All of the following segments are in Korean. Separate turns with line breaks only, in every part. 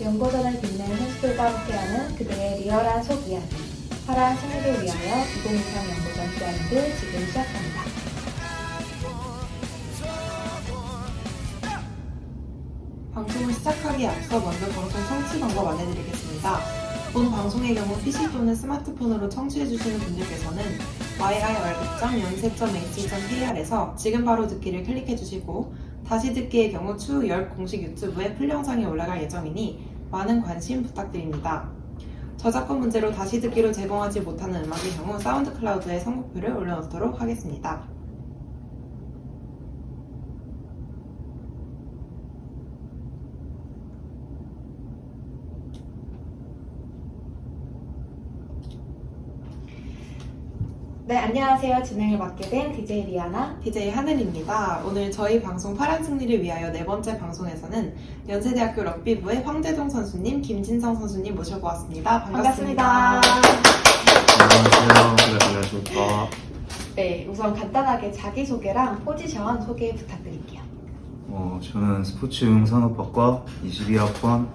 연고전을 빛낸 선수들과 함께하는 그들의 리얼한 속 이야기. 파란 승리를 위하여 2023 연고전 블라인드 지금 시작합니다.
방송을 시작하기에 앞서 먼저 방송 청취 방법 안내드리겠습니다. 본 방송의 경우 PC 또는 스마트폰으로 청취해주시는 분들께서는 yirg.연세.ac.kr에서 지금 바로 듣기를 클릭해주시고 다시 듣기의 경우 추후 열 공식 유튜브에 풀 영상이 올라갈 예정이니 많은 관심 부탁드립니다. 저작권 문제로 다시 듣기로 제공하지 못하는 음악의 경우 사운드 클라우드에 선곡표를 올려놓도록 하겠습니다.
네, 안녕하세요. 진행을 맡게 된 DJ 리아나.
DJ 하늘입니다. 오늘 저희 방송 파란 승리를 위하여 네 번째 방송에서는 연세대학교 럭비부의 황재동 선수님, 김진성 선수님 모셔보았습니다. 반갑습니다.
안녕하세요. 네,
아,
안녕하십니까.
네, 우선 간단하게 자기소개랑 포지션 소개 부탁드릴게요.
어, 저는 스포츠응 산업학과 22학번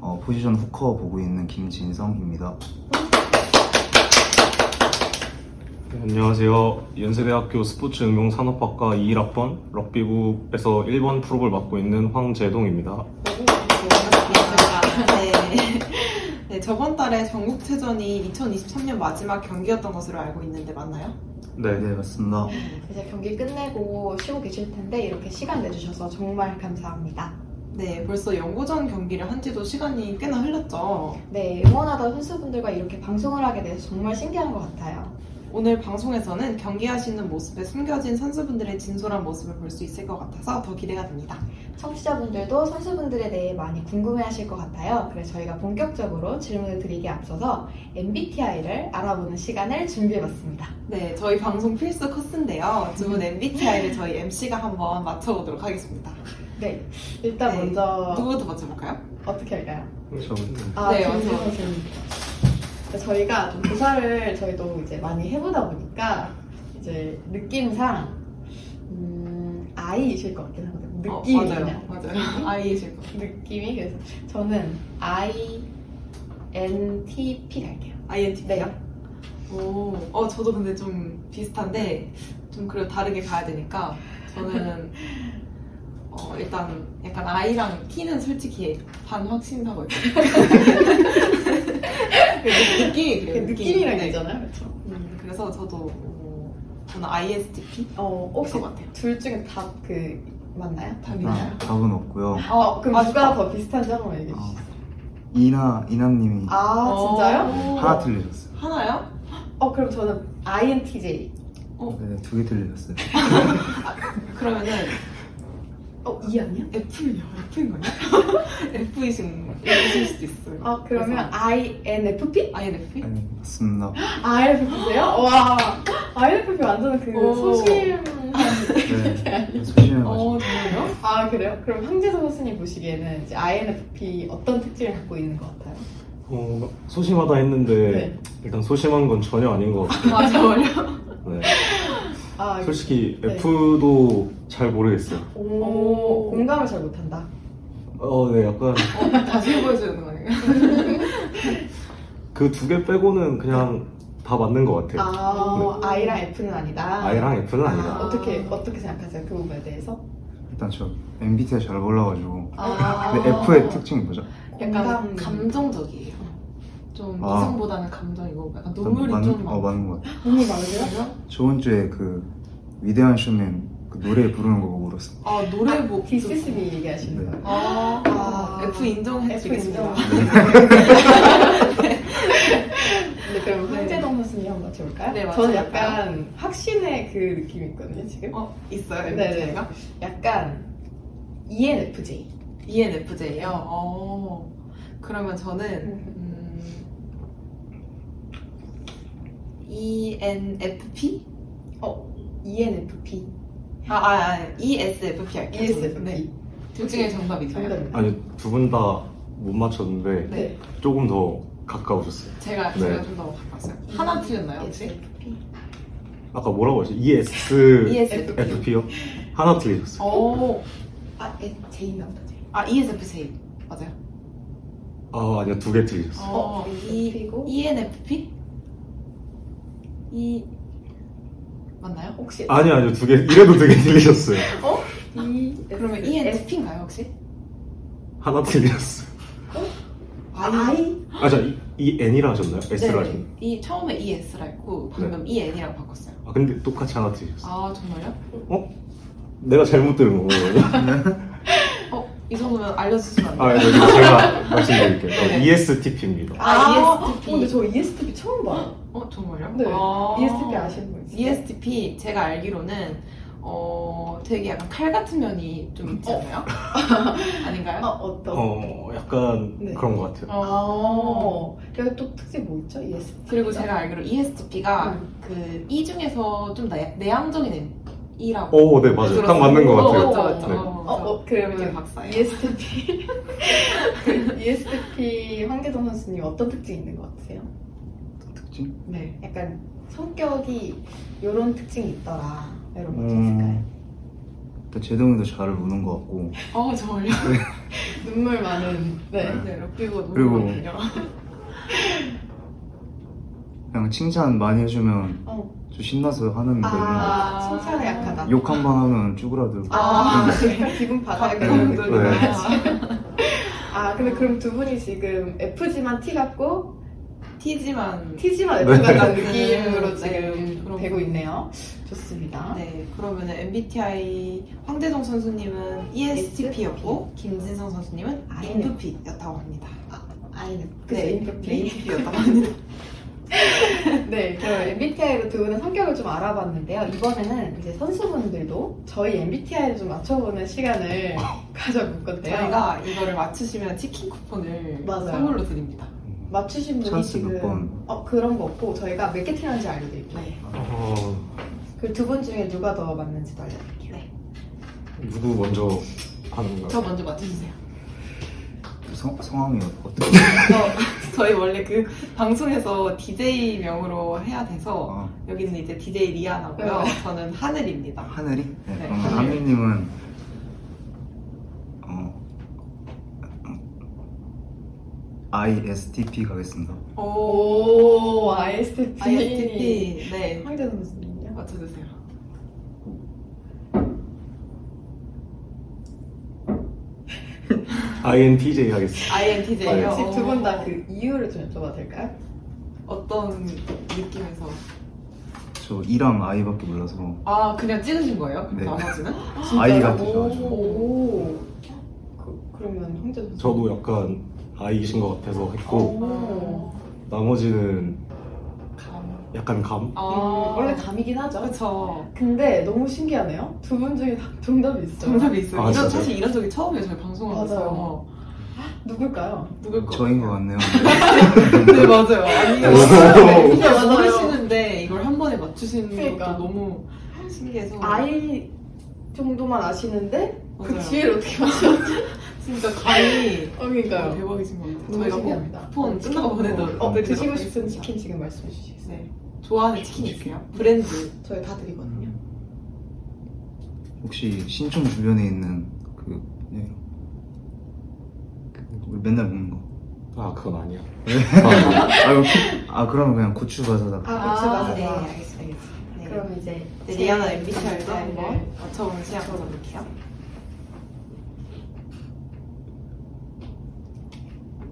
어, 포지션 후커 보고 있는 김진성입니다.
네, 안녕하세요. 연세대학교 스포츠응용산업학과 21학번 럭비부에서 1번 프로를 맡고 있는 황재동입니다.
반갑습니다. 네. 네, 저번 달에 전국체전이 2023년 마지막 경기였던 것으로 알고 있는데 맞나요?
네, 네, 맞습니다.
이제 경기 끝내고 쉬고 계실 텐데 이렇게 시간 내주셔서 정말 감사합니다.
네, 벌써 연고전 경기를 한 지도 시간이 꽤나 흘렀죠.
네, 응원하던 선수분들과 이렇게 방송을 하게 돼서 정말 신기한 것 같아요.
오늘 방송에서는 경기하시는 모습에 숨겨진 선수분들의 진솔한 모습을 볼 수 있을 것 같아서 더 기대가 됩니다.
청취자분들도 선수분들에 대해 많이 궁금해하실 것 같아요. 그래서 저희가 본격적으로 질문을 드리기에 앞서서 MBTI를 알아보는 시간을 준비해봤습니다.
네, 저희 방송 필수 코스인데요. 두 분 MBTI를
음.
저희 MC가 한번 맞춰보도록 하겠습니다.
네, 일단
네.
먼저
누구부터 맞춰볼까요?
어떻게 할까요?
저부터.
아,
네,
김진호
먼저.
선수님부터. 그러니까 저희가 좀 조사를 저희도 이제 많이 해보다 보니까 이제 느낌상 음, I이실 것 같긴 하거든요.
어,
느낌이
맞아요.
그냥.
맞아요. 아이이실 거.
느낌이 그래서 저는 I N T P 갈게요. 네.
INTP요? 네. 오, 어, 저도 근데 좀 비슷한데, 좀 그래도 다르게 가야 되니까, 저는, 어, 일단, 약간 I랑 T는 솔직히 반 확신하고 있거든요. 그래서 느낌이
그
그래요.
느낌이랑
네.
있잖아요, 그렇죠?
음, 그래서 저도, 어, 저는 ISTP?
어,
없을
혹시
것 같아요.
둘 중에 답 그 맞나요?
답이나요?
아, 답은 없고요.
어, 그럼
아,
누가
답.
더 비슷한지 한번 얘기해
어,
주시죠.
이나, 이나님이
아, 진짜요?
오.
하나 틀리셨어요.
하나요?
어, 그럼 저는 INTJ.
어.
네, 두 개 틀리셨어요.
그러면은
어, 이 아니야?
F는요? F인 거냐? F이신 F이실 수도 있어요.
아, 그러면 INFP?
그래서 INFP?
아니, 네, 맞습니다.
INFP세요? 와, INFP 완전 그
오.
소심.
네, 소심해가지고.
어 정말요?
아, 그래요? 그럼 황재성 선수님 보시기에는 이제 INFP 어떤 특징을 갖고 있는 것 같아요?
어, 소심하다 했는데 일단 소심한 건 전혀 아닌 것 같아요.
맞아요.
네.
아,
음, 솔직히
네.
F도 잘 모르겠어요.
오, 공감을 잘 못한다.
어, 네, 약간
다시 보여주는 거예요.
그 두 개 빼고는 그냥 다 맞는 것 같아요.
아, I랑 F는 아니다.
네. I랑 F는 아니다.
어떻게 어떻게 생각하세요 그 부분에 대해서?
일단 저 MBTI 잘 몰라가지고.
아.
근데 네, F의 특징이 뭐죠?
약간
공감.
감정적이에요. 좀
아.
이성보다는 감정이고 약간
일단
눈물이
맞-
좀
어, 맞는 것 같아요.
눈이 많으세요?
많아요.
저번 주에 그 위대한 쇼맨 그 노래 부르는 거 보고 울었어요.
아 노래 뭐
디스스미 얘기하시는 거.
네.
아,
아.
F 인정해드리겠습니다.
F
네.
근데 네, 그럼
네.
황재동 선수님 한번 맞춰볼까요?
네,
저는
맞춰볼까요?
약간 확신의 그 느낌이 있거든요 지금.
어 있어요
네네.
MBTI가?
약간 E ENFJ.
E ENFJ요. 어 그러면 저는 음, E ENFP?
어, E ENFP.
아, 아, 아 ESFP 할게요.
ESFP.
네. 둘 중에 정답이죠.
정답입니다.
아니 두 분 다 못 맞췄는데
네.
조금 더 가까워졌어요.
제가
네.
제가 좀 더 바꿨어요. 하나 틀렸나요
E
혹시?
ESFP.
아까 뭐라고 E 하셨죠? ESFP요?
ESFP.
하나 틀리셨어요.
오.
예,
E
아, J입니다. J.
아 ESFJ 맞아요.
아 아니요 두 개 틀렸어요.
어,
어, 이-
ENFP고
ENFP? 이 E 맞나요?
혹시
아니 아니요 두 개 이래도 두 개 틀리셨어요.
E
그러면 ENFP인가요 혹시?
하나 틀렸어요.
I
아자 이 N이라 하셨나요? S라 하셨나요?
네. 이 처음에 ES라 했고 방금
네.
EN이라고 바꿨어요.
아 근데 똑같이 하나 틀리셨어요.
아 정말요?
내가 잘못 들은 거예요.
어이 정도면 알려주시면 안 돼요?
아 네, 그리고 제가 말씀드릴게요. 어,
네.
ESTP입니다.
아,
ESTP. 어, 근데 저 E ESTP 처음 봐요.
어 정말요? E
네.
아.
ESTP 아시는 분 있어요?
ESTP 제가 알기로는 어 되게 약간 칼 같은 면이 좀 있지
어.
않나요? 아닌가요?
아, 어떤?
어 약간
네.
그런 것 같아요.
어.
어. 그리고 또 특징 뭐 있죠? ESTP.
그리고 제가 알기로 E ESTP가
음.
그 E 중에서 좀 내, 내향적인 E라고
오 네 맞아요. 딱 맞는 것 같아요.
어,
맞죠, 맞죠.
네.
어, 어,
이렇게
그러면
박사예요.
ESTP. E ESTP 황계동 선수님 어떤 특징이 있는 것 같으세요?
특징?
네. 약간 성격이 이런 특징이 있더라. 이런 거 있을까요?
음, 일단 제동이도 잘 우는 것 같고
어, 정말요?
눈물 많은. 네.
네, 그리고 너무
그리고-
많네요.
그냥 칭찬 많이 해주면
어.
좀 신나서 하는 거예요.
아,
음.
칭찬에 약하다.
욕 한 번 하면 쭈그라들고
아, 약간 기분
아,
바닥에
네.
오는
그분들.
네.
아, 근데 그럼 두 분이 지금 F지만 T 같고
T지만
T지만 F 같은
네.
느낌으로
네,
지금
그렇군요.
되고 있네요. 좋습니다.
네, 그러면 MBTI 황대동 선수님은 E
E
ESTP였고 김진성 선수님은 INFP였다고 합니다.
아이는
네,
그치 인프피.
INFP였다고 합니다.
네, 그럼 MBTI로 두 분의 성격을 좀 알아봤는데요. 이번에는 이제 선수분들도 저희 MBTI를 좀 맞춰보는 시간을 가져볼 건데요.
저희가 이거를 맞추시면 치킨 쿠폰을
네. 맞아요.
선물로 드립니다.
맞추신 분이
찬스
지금
몇 번.
어, 그런 거 없고 저희가 몇 개 틀렸는지 알려드릴게요.
네.
어,
그 두 분 중에 누가 더 맞는지도 알려드릴게요.
네.
누구 먼저 하는
저
거요?
먼저 맞춰주세요.
그 성, 성함이 어떻게?
저희 원래 그 방송에서 DJ 명으로 해야 돼서
어,
여기는 이제 DJ 리아나고요.
네.
저는 하늘입니다.
하늘이? 네,
네,
그러면
하늘.
하늘님은 어, ISTP 가겠습니다.
오,
오, ISTP.
ISTP. 네,
황대 선수님요?
맞춰주세요.
INTJ 하겠습니다.
INTJ요.
네. 혹시 두 분 다 그 이유를 좀 여쭤봐도 될까요?
어떤 느낌에서?
저 E랑 I밖에 몰라서
아, 그냥 찍으신 거예요? 그럼
네.
나머지는?
I가 더
오.
좋아요.
그, 그러면 황대 선수.
저도 약간 I이신 것 같아서 했고
오.
나머지는
감.
약간 감?
아,
음, 원래 감이긴 하죠.
그쵸.
근데 너무 신기하네요. 두 분 중에 다 정답이 있어요.
정답이 있어요.
아,
이런,
진짜요?
사실 이런 적이 처음이에요, 저희 방송하면서.
누굴까요?
어, 누굴 거?
저인 것 같네요.
네, 맞아요. 아니요.
오.
진짜
맞아요.
모르시는데 이걸 한 번에 맞추시는
그러니까.
것도 너무 신기해서.
아이 정도만 아시는데 그
맞아요.
뒤를 어떻게 맞춰?
진짜 감이
그러니까요.
대박이신 것 같아요.
너무
저희가 꼭
신기합니다.
쿠폰 끝나고 보내도
어,
드리도록
드시고 싶은
하겠습니다.
치킨 지금 말씀해 주시겠어요?
네. 좋아하는 치킨 있어요? 브랜드.
저희 다 드리거든요.
음. 혹시 신촌 주변에 있는 그, 네. 그 우리 맨날 먹는 거.
아 그건 아니야.
아유, 아 그러면 그냥 고추 바사다.
아, 고추
아,
맞아.
네, 알겠습니다. 네.
그럼 이제
네, 리아나 MBTI도 한번 맞춰보는 시간 가져볼게요.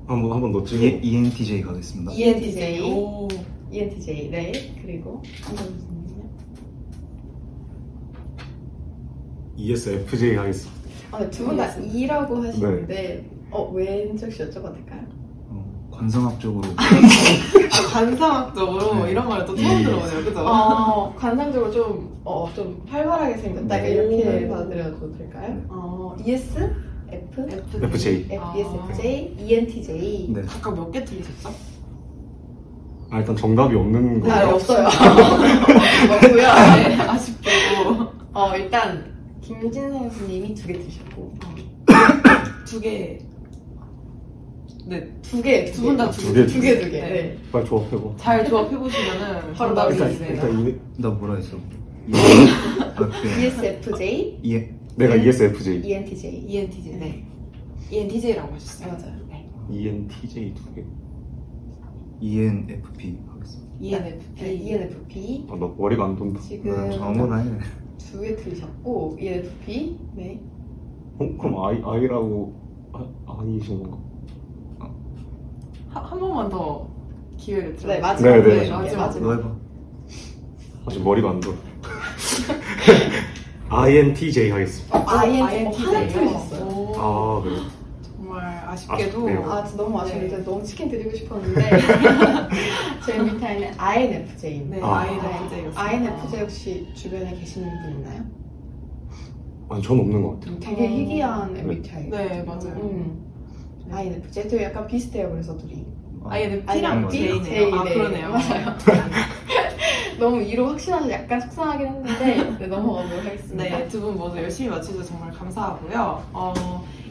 한번 한번 더 찍어.
E- ENTJ 가겠습니다.
ENTJ.
네. 오.
ENTJ 네 그리고
E ESFJ 하겠습니다.
아두분 다 E라고 하시는데 어 왠지 혹시 여쭤봐도 될까요?
어, 관상학적으로
아, 관상학적으로
네.
이런 말을 또 처음
예.
들어보네요, 그죠?
어 관상적으로 좀어좀 활발하게 생겼다
네.
이렇게
네.
받아들여도 될까요?
네.
어 ES F E F
FJ.
ESFJ ENTJ
네.
아까 몇 개 틀리셨죠?
아 일단 정답이 없는 거.
아,
네.
없어요. 없고요.
네, 아쉽게도
어 일단 김진성 선생님이 두 개 드셨고
두 개. 네,
두 개
두 분 다두
두 개.
개.
아, 두 개, 두 개.
네.
네.
빨리 조합해봐.
잘 조합해보시면은
바로
정답이
일단
있어요.
있습니다.
일단 이,
나 뭐라 했어? E- 아, 그래.
ESFJ,
예.
내가 E
네.
ESFJ.
ENTJ.
E 네. ENTJ. 네. ENTJ라고 하셨어요.
맞아요.
네.
E ENTJ 두 개.
E ENFP 하겠습니다.
ENFP.
네, ENFP
아, 나 머리가 안 돈다.
지금
그... 정보다 했네.
두 개 틀리셨고 E ENFP 네
어, 그럼 아이, 아이라고 아, 아니신 건가?
하- 한 번만 더 기회를 드려요.
네, 마지막
네, 네.
네, 마지막.
너 해봐.
아직 머리가 안 돌아. INTJ 하겠습니다.
어,
아, E
INFP
INTJ
하나
예요.
틀리셨어요
오,
아, 그래요?
정말 아쉽게도
아쉽네요.
아 진짜 너무 아쉽네요
네.
너무 치킨 드리고 싶었는데 제 밑에는 INFJ
네,
아.
INFJ였습니다.
INFJ 혹시 주변에 계시는 분 있나요?
아니, 전 없는 것 같아요.
되게
음.
희귀한
네.
MBTI
네, 맞아요.
INFJ 도 음. 약간 비슷해요 그래서 둘이
어,
INFP랑
INFJ,
J네요. 아,
네.
그러네요.
맞아요. 너무 이로 확신하셔서 약간 속상하긴 했는데 네, 넘어가도록 하겠습니다
네, 두 분 모두 열심히 맞춰주셔서 정말 감사하고요. 어,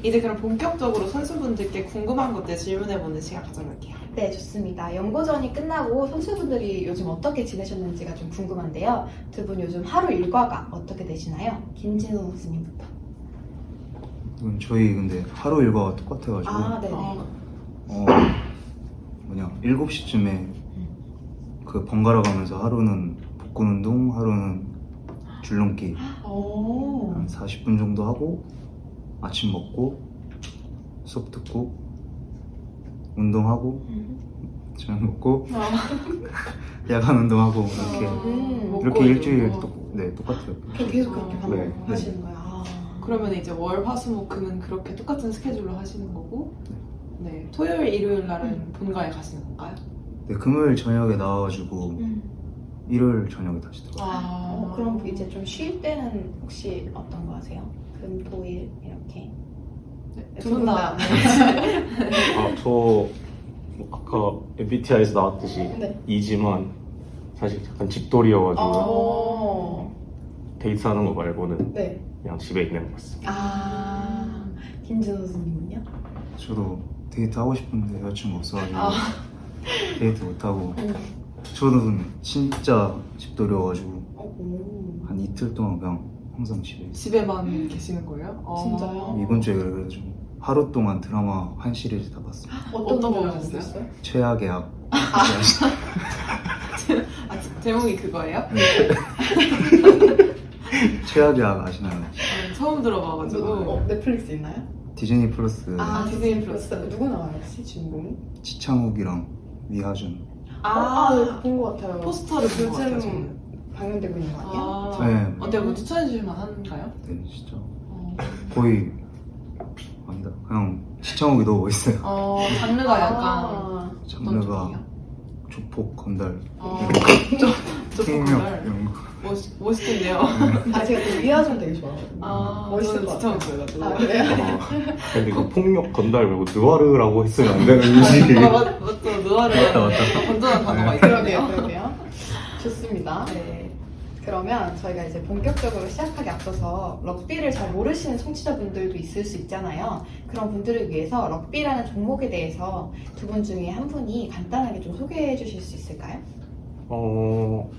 이제 그럼 본격적으로 선수분들께 궁금한 것들 질문해보는 시간 가져볼게요.
네, 좋습니다. 연고전이 끝나고 선수분들이 요즘 어떻게 지내셨는지가 좀 궁금한데요. 두 분 요즘 하루 일과가 어떻게 되시나요? 김진호 선수님부터.
이건 저희 근데 하루 일과가 똑같아가지고
아, 네.
어,
어, 뭐냐 7시쯤에 그 번갈아 가면서 하루는 복근 운동, 하루는 줄넘기
어.
오.
한 40분 정도 하고 아침 먹고 수업 듣고 운동하고
음.
저녁 먹고 야간 운동하고 이렇게
음,
아, 먹고
이렇게 일주일
이러고.
똑, 네, 똑같아요
그럼 계속 그렇게
네.
반복하시는 거예요. 아.
그러면 이제 월, 화, 수, 목, 금은 그렇게 똑같은 스케줄로 하시는 거고, 네. 토요일, 일요일 날은
음.
본가에 가시는 건가요?
네, 금요일 저녁에 나와가지고
음.
일요일 저녁에 다시 들어와요
아,
어, 그럼 이제 좀 쉴 때는 혹시 어떤 거 하세요? 금, 토, 일 이렇게.
네,
네,
두 분 다.
아, 저 뭐 아까 MBTI에서 나왔듯이
네.
이지만 사실 약간 집돌이여가지고
어.
데이트하는 거 말고는
네.
그냥 집에 있는 것 같습니다.
아. 김진호 선수님은요?
저도 데이트 하고 싶은데 여자친구 없어가지고
아.
데이트 못하고
음.
저도 진짜 집돌이여가지고
어, 오.
한 이틀 동안 그냥 항상 집에 있어요
집에만 계시는 거예요? 어.
진짜요?
이번 주에 그래가지고 하루 동안 드라마 한 시리즈 다 봤어요
어떤 거
드라마
보셨어요?
보셨어요?
최악의 악
아, 제- 제목이 그거예요?
네. 최악의 악 아시나요?
아, 처음 들어봐가지고.
어, 넷플릭스 있나요?
디즈니 플러스
아, 디즈니 플러스.
누구 나와요? 혹시 주인공이? 어,
지창욱이랑 미하준
아,
네, 본것 같아요.
포스터를 본것 같아요,
요즘 방영되고 있는 거 아니에요?
아,
네.
어때요? 뭐 추천해 주실 만한가요?
네 진짜
어,
거의 아니다 그냥 지창욱이 너무 멋있어요
어, 장르가 약간
아.
어떤
장르가
쪽이에요?
조폭 건달
어,
음.
조금
생명
건달.
이런 거
멋- 멋있겠네요.
아 제가 또 미아준 되게 좋아하거든요.
아,
멋있을 것
저는 지쳐가지고.
아 그래요?
아, 근데 그 폭력 건달 말고 느와르라고 했으면 안 되는 음식이
아, 맞- 맞죠. 노화를
맞다, 맞다.
네.
건전한 단어가
네. 아, 그러게요,
있네요.
그러게요. 좋습니다.
네.
그러면 저희가 이제 본격적으로 시작하기 앞서서 럭비를 잘 모르시는 청취자분들도 있을 수 있잖아요. 그런 분들을 위해서 럭비라는 종목에 대해서 두 분 중에 한 분이 간단하게 좀 소개해 주실 수 있을까요?
어,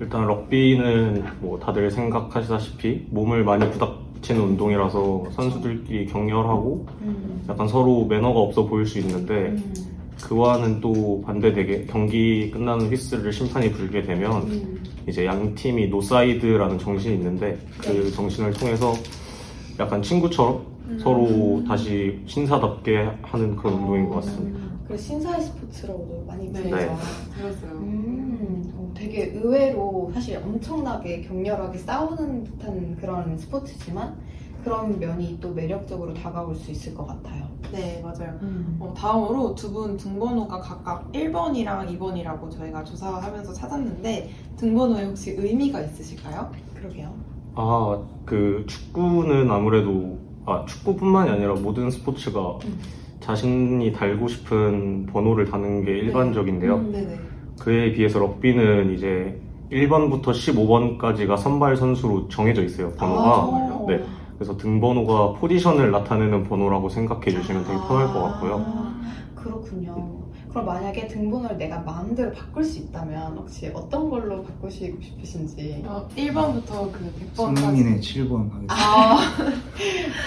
일단 럭비는 뭐 다들 생각하시다시피 몸을 많이 부닥치는 운동이라서 선수들끼리 격렬하고 약간 서로 매너가 없어 보일 수 있는데
음.
그와는 또 반대되게 경기 끝나는 휘스를 심판이 불게 되면
음.
이제 양 팀이 노사이드라는 정신이 있는데 그 정신을 통해서 약간 친구처럼
음.
음.
서로 다시 신사답게 하는 그런 운동인 것 같습니다.
그 신사의 스포츠라고도 많이
네.
불리죠.
네.
들었어요.
음, 어, 되게 의외로 사실 엄청나게 격렬하게 싸우는 듯한 그런 스포츠지만 그런 면이 또 매력적으로 다가올 수 있을 것 같아요.
네, 맞아요.
음.
어, 다음으로 두 분 등번호가 각각 1번이랑 2번이라고 저희가 조사하면서 찾았는데 등번호에 혹시 의미가 있으실까요?
어, 그러게요.
아, 그 축구는 아무래도 아, 축구뿐만이 아니라 모든 스포츠가
음.
자신이 달고 싶은 번호를 다는 게 일반적인데요.
음.
네네.
그에 비해서 럭비는 이제 1번부터 15번까지가 선발 선수로 정해져 있어요, 번호가.
아, 정말요?
네. 그래서 등번호가 포지션을 나타내는 번호라고 생각해 주시면 되게 편할 것 같고요.
아, 그렇군요. 그럼 만약에 등번호를 내가 마음대로 바꿀 수 있다면 혹시 어떤 걸로 바꾸시고 싶으신지?
어, 1번부터 그 100번까지.
손흥민의 7번 하겠습니다.
아,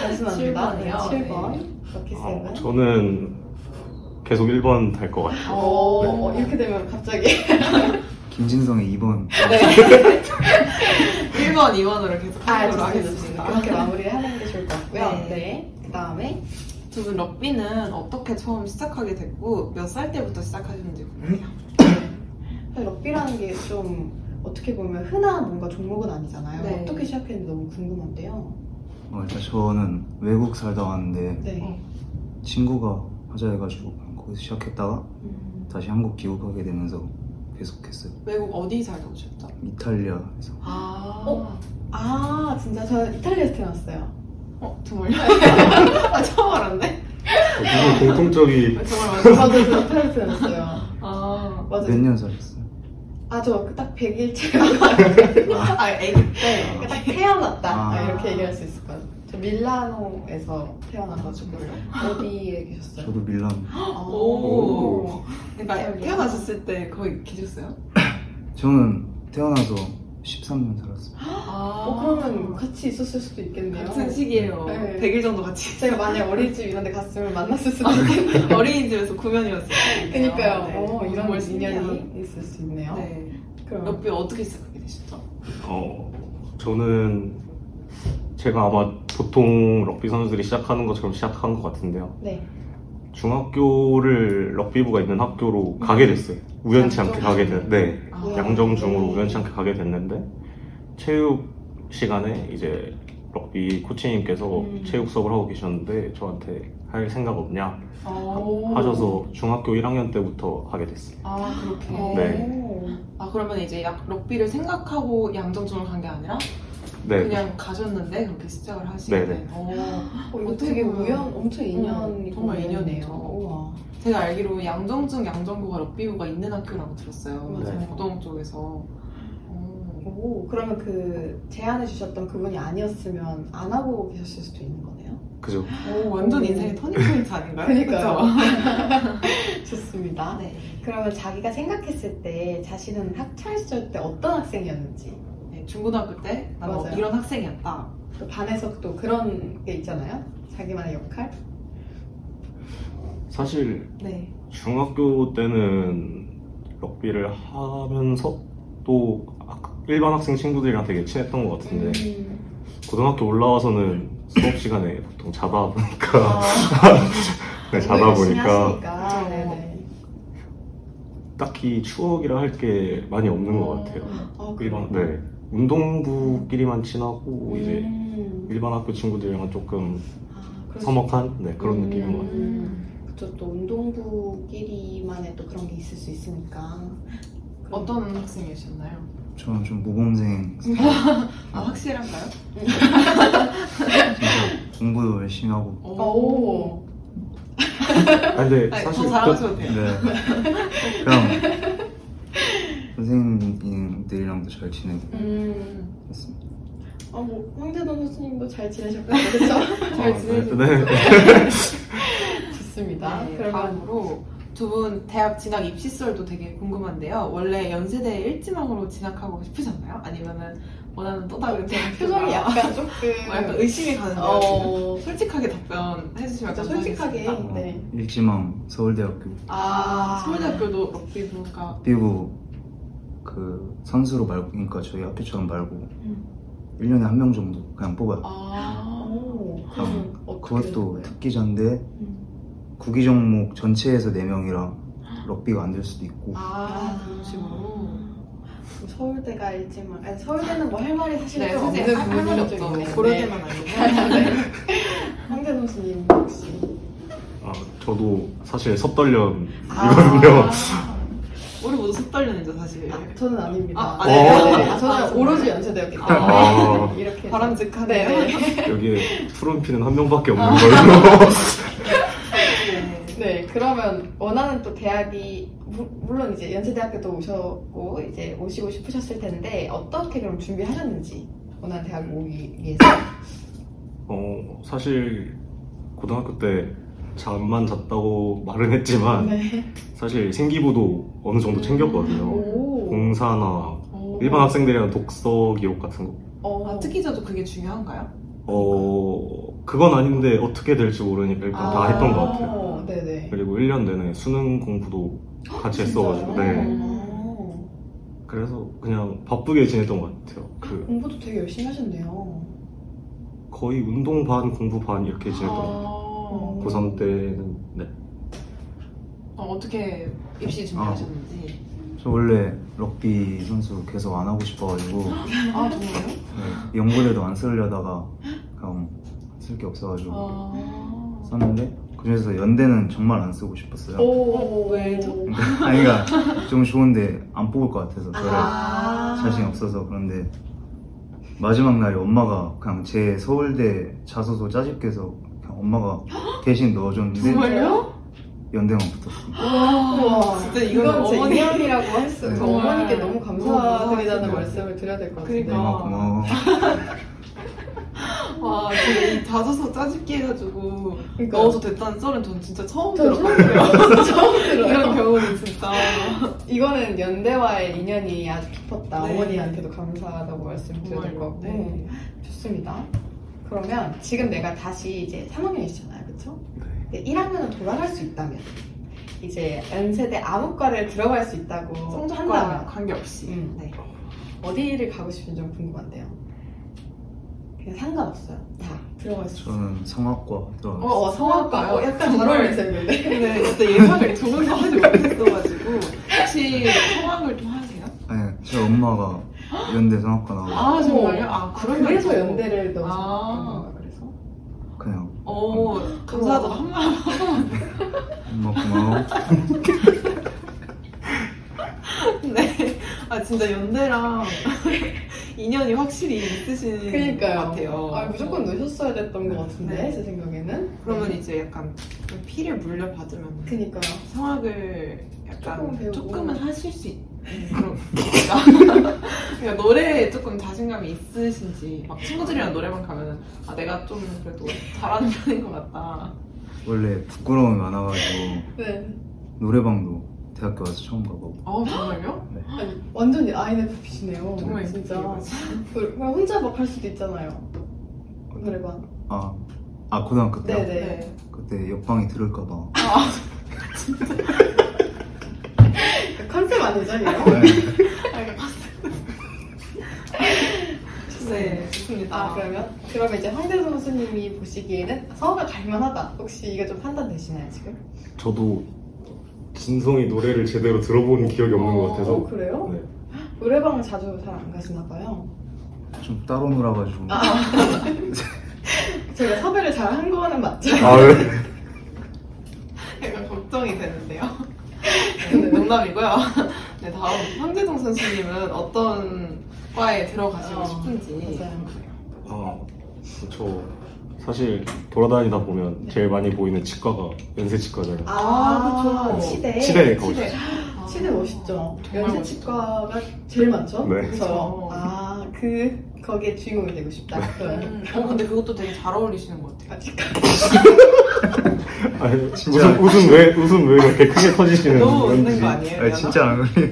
단순합니다. 네,
7번이요?
7번. 이렇게
어,
쓰면.
저는 계속 1번 달 것 같아요.
어,
오, 어, 이렇게 되면 갑자기.
김진성의 2번.
1번, 2번으로 계속
아,
하도록
좋습니다.
하겠습니다.
좋습니다. 이렇게 마무리를 하는 게 좋을 것 같고요.
네.
네. 그 다음에
두 분 럭비는 어떻게 처음 시작하게 됐고 몇 살 때부터 시작하셨는지 궁금해요.
럭비라는 게 좀 어떻게 보면 흔한 뭔가 종목은 아니잖아요.
네.
어떻게 시작했는지 너무 궁금한데요.
어, 일단 저는 외국 살다 왔는데
네.
어.
친구가 하자해가지고 거기서 시작했다가
음,
다시 한국 귀국하게 되면서 계속했어요.
외국 어디 살다 오셨죠?
이탈리아에서.
아,
어? 아, 진짜 저 이탈리아에서 태어났어요.
어, 정말요?
아, 처음 알았네.
어, 누구 공통적이
정말
저도
완전.
저 이탈리아에서 태어났어요.
아,
맞아요.
몇 년 살았어요?
아, 저딱 100일 채가
아, 애기 때.
그러니까 딱 태어났다
아.
아, 이렇게 얘기할 수 있을 것 같아요. 저 밀라노에서 태어나가지고 어디에 계셨어요? 아.
저도 밀란.
오.
오.
그러니까 태어나셨을 때 거기 계셨어요?
저는 태어나서 13년 살았어요.
아.
어, 그러면 같이 있었을 수도 있겠네요.
같은 시기예요.
네.
100일 정도 같이.
제가 만약 어린이집 이런 데 갔으면 만났을 수도 있겠네요.
어린이집에서 구면이었어요.
그러니까요.
네.
어, 이런
정말 신기하다.
인연이 있을 수 있네요.
네.
그럼
럭비 어떻게 시작하게 되셨죠?
어, 저는 제가 아마 보통 럭비 선수들이 시작하는 것처럼 시작한 것 같은데요.
네.
중학교를 럭비부가 있는 학교로 가게 됐어요. 우연치 않게 가게 됐. 네.
아,
네.
양정중으로 우연치 않게 가게 됐는데 체육 시간에 이제 럭비 코치님께서
음.
체육 수업을 하고 계셨는데 저한테 할 생각 없냐
아,
어.
하셔서 중학교 1학년 때부터 하게 됐어요.
아, 그렇게.
오.
네.
아, 그러면 이제 약, 럭비를 생각하고 양정중을 간 게 아니라
네,
그냥 가셨는데 그렇게 시작을 하시게
네,
네. 어.
어, 이거
어떻게
되게
보면-
우연, 엄청 인연이
음, 정말 인연이죠.
우와.
제가 알기로 양정중, 양정구가 럭비부가 있는 학교라고 들었어요.
맞아요.
네. 고동 쪽에서. 어.
오, 그러면 그 제안해 주셨던 그분이 아니었으면 안 하고 계셨을 수도 있는 거네요.
그죠.
오, 어, 완전 인생의 터닝포인트 아닌가요?
그러니까요. 좋습니다.
그쵸? 네.
그러면 자기가 생각했을 때 자신은 학창 시절 때 어떤 학생이었는지
네, 중고등학교 때 나는
맞아요.
이런 학생이었다.
또 반에서 또 그런 게 있잖아요. 자기만의 역할.
사실
네.
중학교 때는 럭비를 하면서 또 학- 일반 학생 친구들이랑 되게 친했던 것 같은데
음.
고등학교 올라와서는 수업 시간에 보통 자다 보니까 네,
공부
자다
아, 열심히
보니까
하시니까.
그쵸.
네네.
딱히 추억이라 할 게 많이 없는 것 같아요.
어,
일반 네 운동부끼리만 친하고
네.
이제
음.
일반 학교 친구들이랑은 조금
아,
그렇죠.
그럴 수
서먹한 네, 그런
음.
느낌인 것 같아요.
음. 그쵸, 또 운동부끼리만의 또 그런 게 있을 수 있으니까. 그럼-
어떤 학생이셨나요?
저는 좀 모범생.
아, 확실한가요?
진짜 공부도 열심히 하고.
오.
아 근데
아니,
사실
어, 네,
그-
더 자랑하셔도 돼요.
네. 그냥 선생님들이랑도 잘 지내고
음.
했습니다.
어, 뭐, 황재동 선수님도 잘 지내셨거든요. 그쵸?
잘
아,
지내시고.
네, 네.
좋습니다.
네,
그러면.
다음으로 두 분 대학 진학 입시설도 되게 궁금한데요. 원래 연세대에 일지망으로 진학하고 싶으셨나요? 아니면은 원하는 또 다른 대학
표정이 아, 약간 조금.
약간 의심이 가는데요.
어,
지금? 솔직하게 답변해 주시면
진짜 솔직하게.
감사하겠습니다.
어,
네.
일지망 서울대학교
아,
아.
서울대학교도 럭비부가
비고 그 선수로 말고 그러니까 저희 학교처럼 말고
음.
1년에 한 명 정도 그냥 뽑아요.
아,
오, 어, 그럼 어떻게
그것도
되는 거예요? 네.
특기자인데
음.
구기 종목 전체에서 4명이랑 럭비가 안 될 수도 있고
아, 그런 식으로.
뭐 서울대가 있지만 아니, 서울대는 뭐 할 말이 사실
네,
좀
선생님
없는
할
부분이 좀
말이
네.
없죠.
있는데.
고려대만 아니고.
황재 선수님 혹시
아, 저도 사실 섭떨련
아,
우리 모두 습달련이죠, 사실.
아, 저는 아닙니다.
아,
아,
아,
네,
네.
네, 네. 저는
아, 정말.
오로지 연세대였기 때문에
아.
이렇게
바람직하네요.
네, 네.
여기에 푸른 피는 한 명밖에
아.
없는 걸로
네.
네, 그러면 원하는 또 대학이 무- 물론 이제 연세대학교도 오셨고 이제 오시고 싶으셨을 텐데 어떻게 그럼 준비하셨는지 원하는 대학 을 오기 위해서
어 사실 고등학교 때 잠만 잤다고 말은 했지만
네.
사실 생기부도 어느 정도 아,
음.
챙겼거든요.
오.
공사나
어.
일반 학생들이랑 독서 기록 같은 거.
어.
아, 특기자도 그게 중요한가요?
어, 그건 아닌데 어떻게 될지 모르니까 일단 다
아.
했던 것 같아요.
어, 네네.
그리고 1년 내내 수능 공부도 같이 했어가지고,
진짜요? 음.
네.
오.
그래서 그냥 바쁘게 지냈던 것 같아요. 그
공부도 되게 열심히 하셨네요.
어. 거의 운동 반, 공부 반 이렇게 지냈던 것 같아요.
어.
고3 때는, 네.
아,
어, 어떻게 입시 준비하셨는지.
저 원래 럭비 선수 계속 안 하고 싶어가지고
아, 정말요?
네, 연구대도 안 쓰려다가 그냥 쓸 게 없어가지고
아.
썼는데 그중에서 연대는 정말 안 쓰고 싶었어요.
오,
왜죠?
네.
아니 그러니까 좀 좋은데 안 뽑을 것 같아서 저를
아.
자신 없어서 그런데 마지막 날에 엄마가 그냥 제 서울대 자소서 짜집게서 그냥 엄마가 대신 넣어줬는데
정말요?
연대만 붙었어요.
와.
와,
진짜
진짜
이건
네. 이건 제
어머니-
인연이라고 할 수,
네.
그 어머니께 너무 감사드리다는
너무 감사하죠.
말씀을 드려야 될 것 같은데.
그러니까.
엄마 고마워.
와, 근데 이 자소서 짜집기 해가지고
그러니까
넣어서 됐다는 썰은 전 진짜 처음
저
들어요.
처음 들어요. 처음
이런
들어요.
경우는 진짜.
이거는 연대와의 인연이 아주 깊었다.
네.
어머니한테도 감사하다고 말씀드려야 될 것 같고.
네.
좋습니다. 그러면 지금 내가 다시 이제 3학년이시잖아요. 그쵸?
네.
네, 1학년은 돌아갈 수 있다면. 이제 연세대 아무과를 들어갈 수 있다고
성적과
한다면.
관계없이.
음.
네.
어디를 가고 싶은지 좀 궁금한데요. 그냥 상관없어요. 다 들어갈 수 있어요.
저는 성악과 들어갔어요.
어, 어, 성악과요?
어,
약간 잘
정말.
어울리세요, 근데.
근데 진짜 네, 예상을 좋은 거 하지 못했어가지고 혹시 상황을 좀 하세요?
아니 네, 제 엄마가 연대 성악과 나와
아 정말요? 아 그러면
그래서
또-
연대를 넣어서
아.
그런가, 그래서?
그냥
오 어, 감사하다 한마
엄마 고마워.
네. 아 진짜 연대랑 인연이 확실히 있으신
그러니까요.
것 같아요.
아, 무조건 넣으셨어야 됐던 것 같은데,
네.
제 생각에는.
그러면
네.
이제 약간 피를 물려받으면
그니까요.
성악을
조금
약간
배우고.
조금은 하실 수 있. 그런 그러니까 그러니까 노래에 조금 자신감이 있으신지 막 친구들이랑 노래방 가면은 아 내가 좀 그래도 잘하는 편인 것 같다.
원래 부끄러움이 많아가지고
네.
노래방도 대학교 와서 처음 가고
어 정말요?
아니, 완전히 INFP시네요.
정말
어, 진짜.
예쁘게
그- 그냥 혼자 막 할 수도 있잖아요. 노래방.
아, 아 고등학교 때
네네.
네.
그때 옆방이 들을까봐
컨셉 아니죠, 이거?
네, 좋습니다.
아, 그러면? 그러면 이제 황대 선수님이 보시기에는 성우가 갈만하다. 혹시 이거 좀 판단되시나요, 지금?
저도 진성이 노래를 제대로 들어본 기억이 없는 것
어,
같아서
그래요?
네.
노래방을 자주 잘 안 가시나 봐요.
좀 따로 놀아가지고
제가 섭외를 잘 한 거는 맞죠?
아, 네.
약간 걱정이 되는데요. 네, 네, 농담이고요. 네, 다음 황재동 선수님은 어떤 과에 들어가시고
어,
싶은지.
맞아요.
아, 저 사실 돌아다니다 보면 제일 많이 보이는 치과가 연세치과잖아요.
아,
아,
그쵸.
그쵸.
치대.
치대에 가고 싶어요.
아,
치대 멋있죠.
정말
연세치과가 제일 많죠?
네.
그쵸.
그쵸.
아, 그, 거기에 주인공이 되고 싶다. 그런.
음, 어, 근데 그것도 되게 잘 어울리시는 것 같아요.
아, 치과.
아니,
진짜.
웃음, 웃음 왜, 웃음 왜 이렇게 크게 터지시는
너무 웃는
건지.
거 아니에요?
아니, 진짜 안 그래요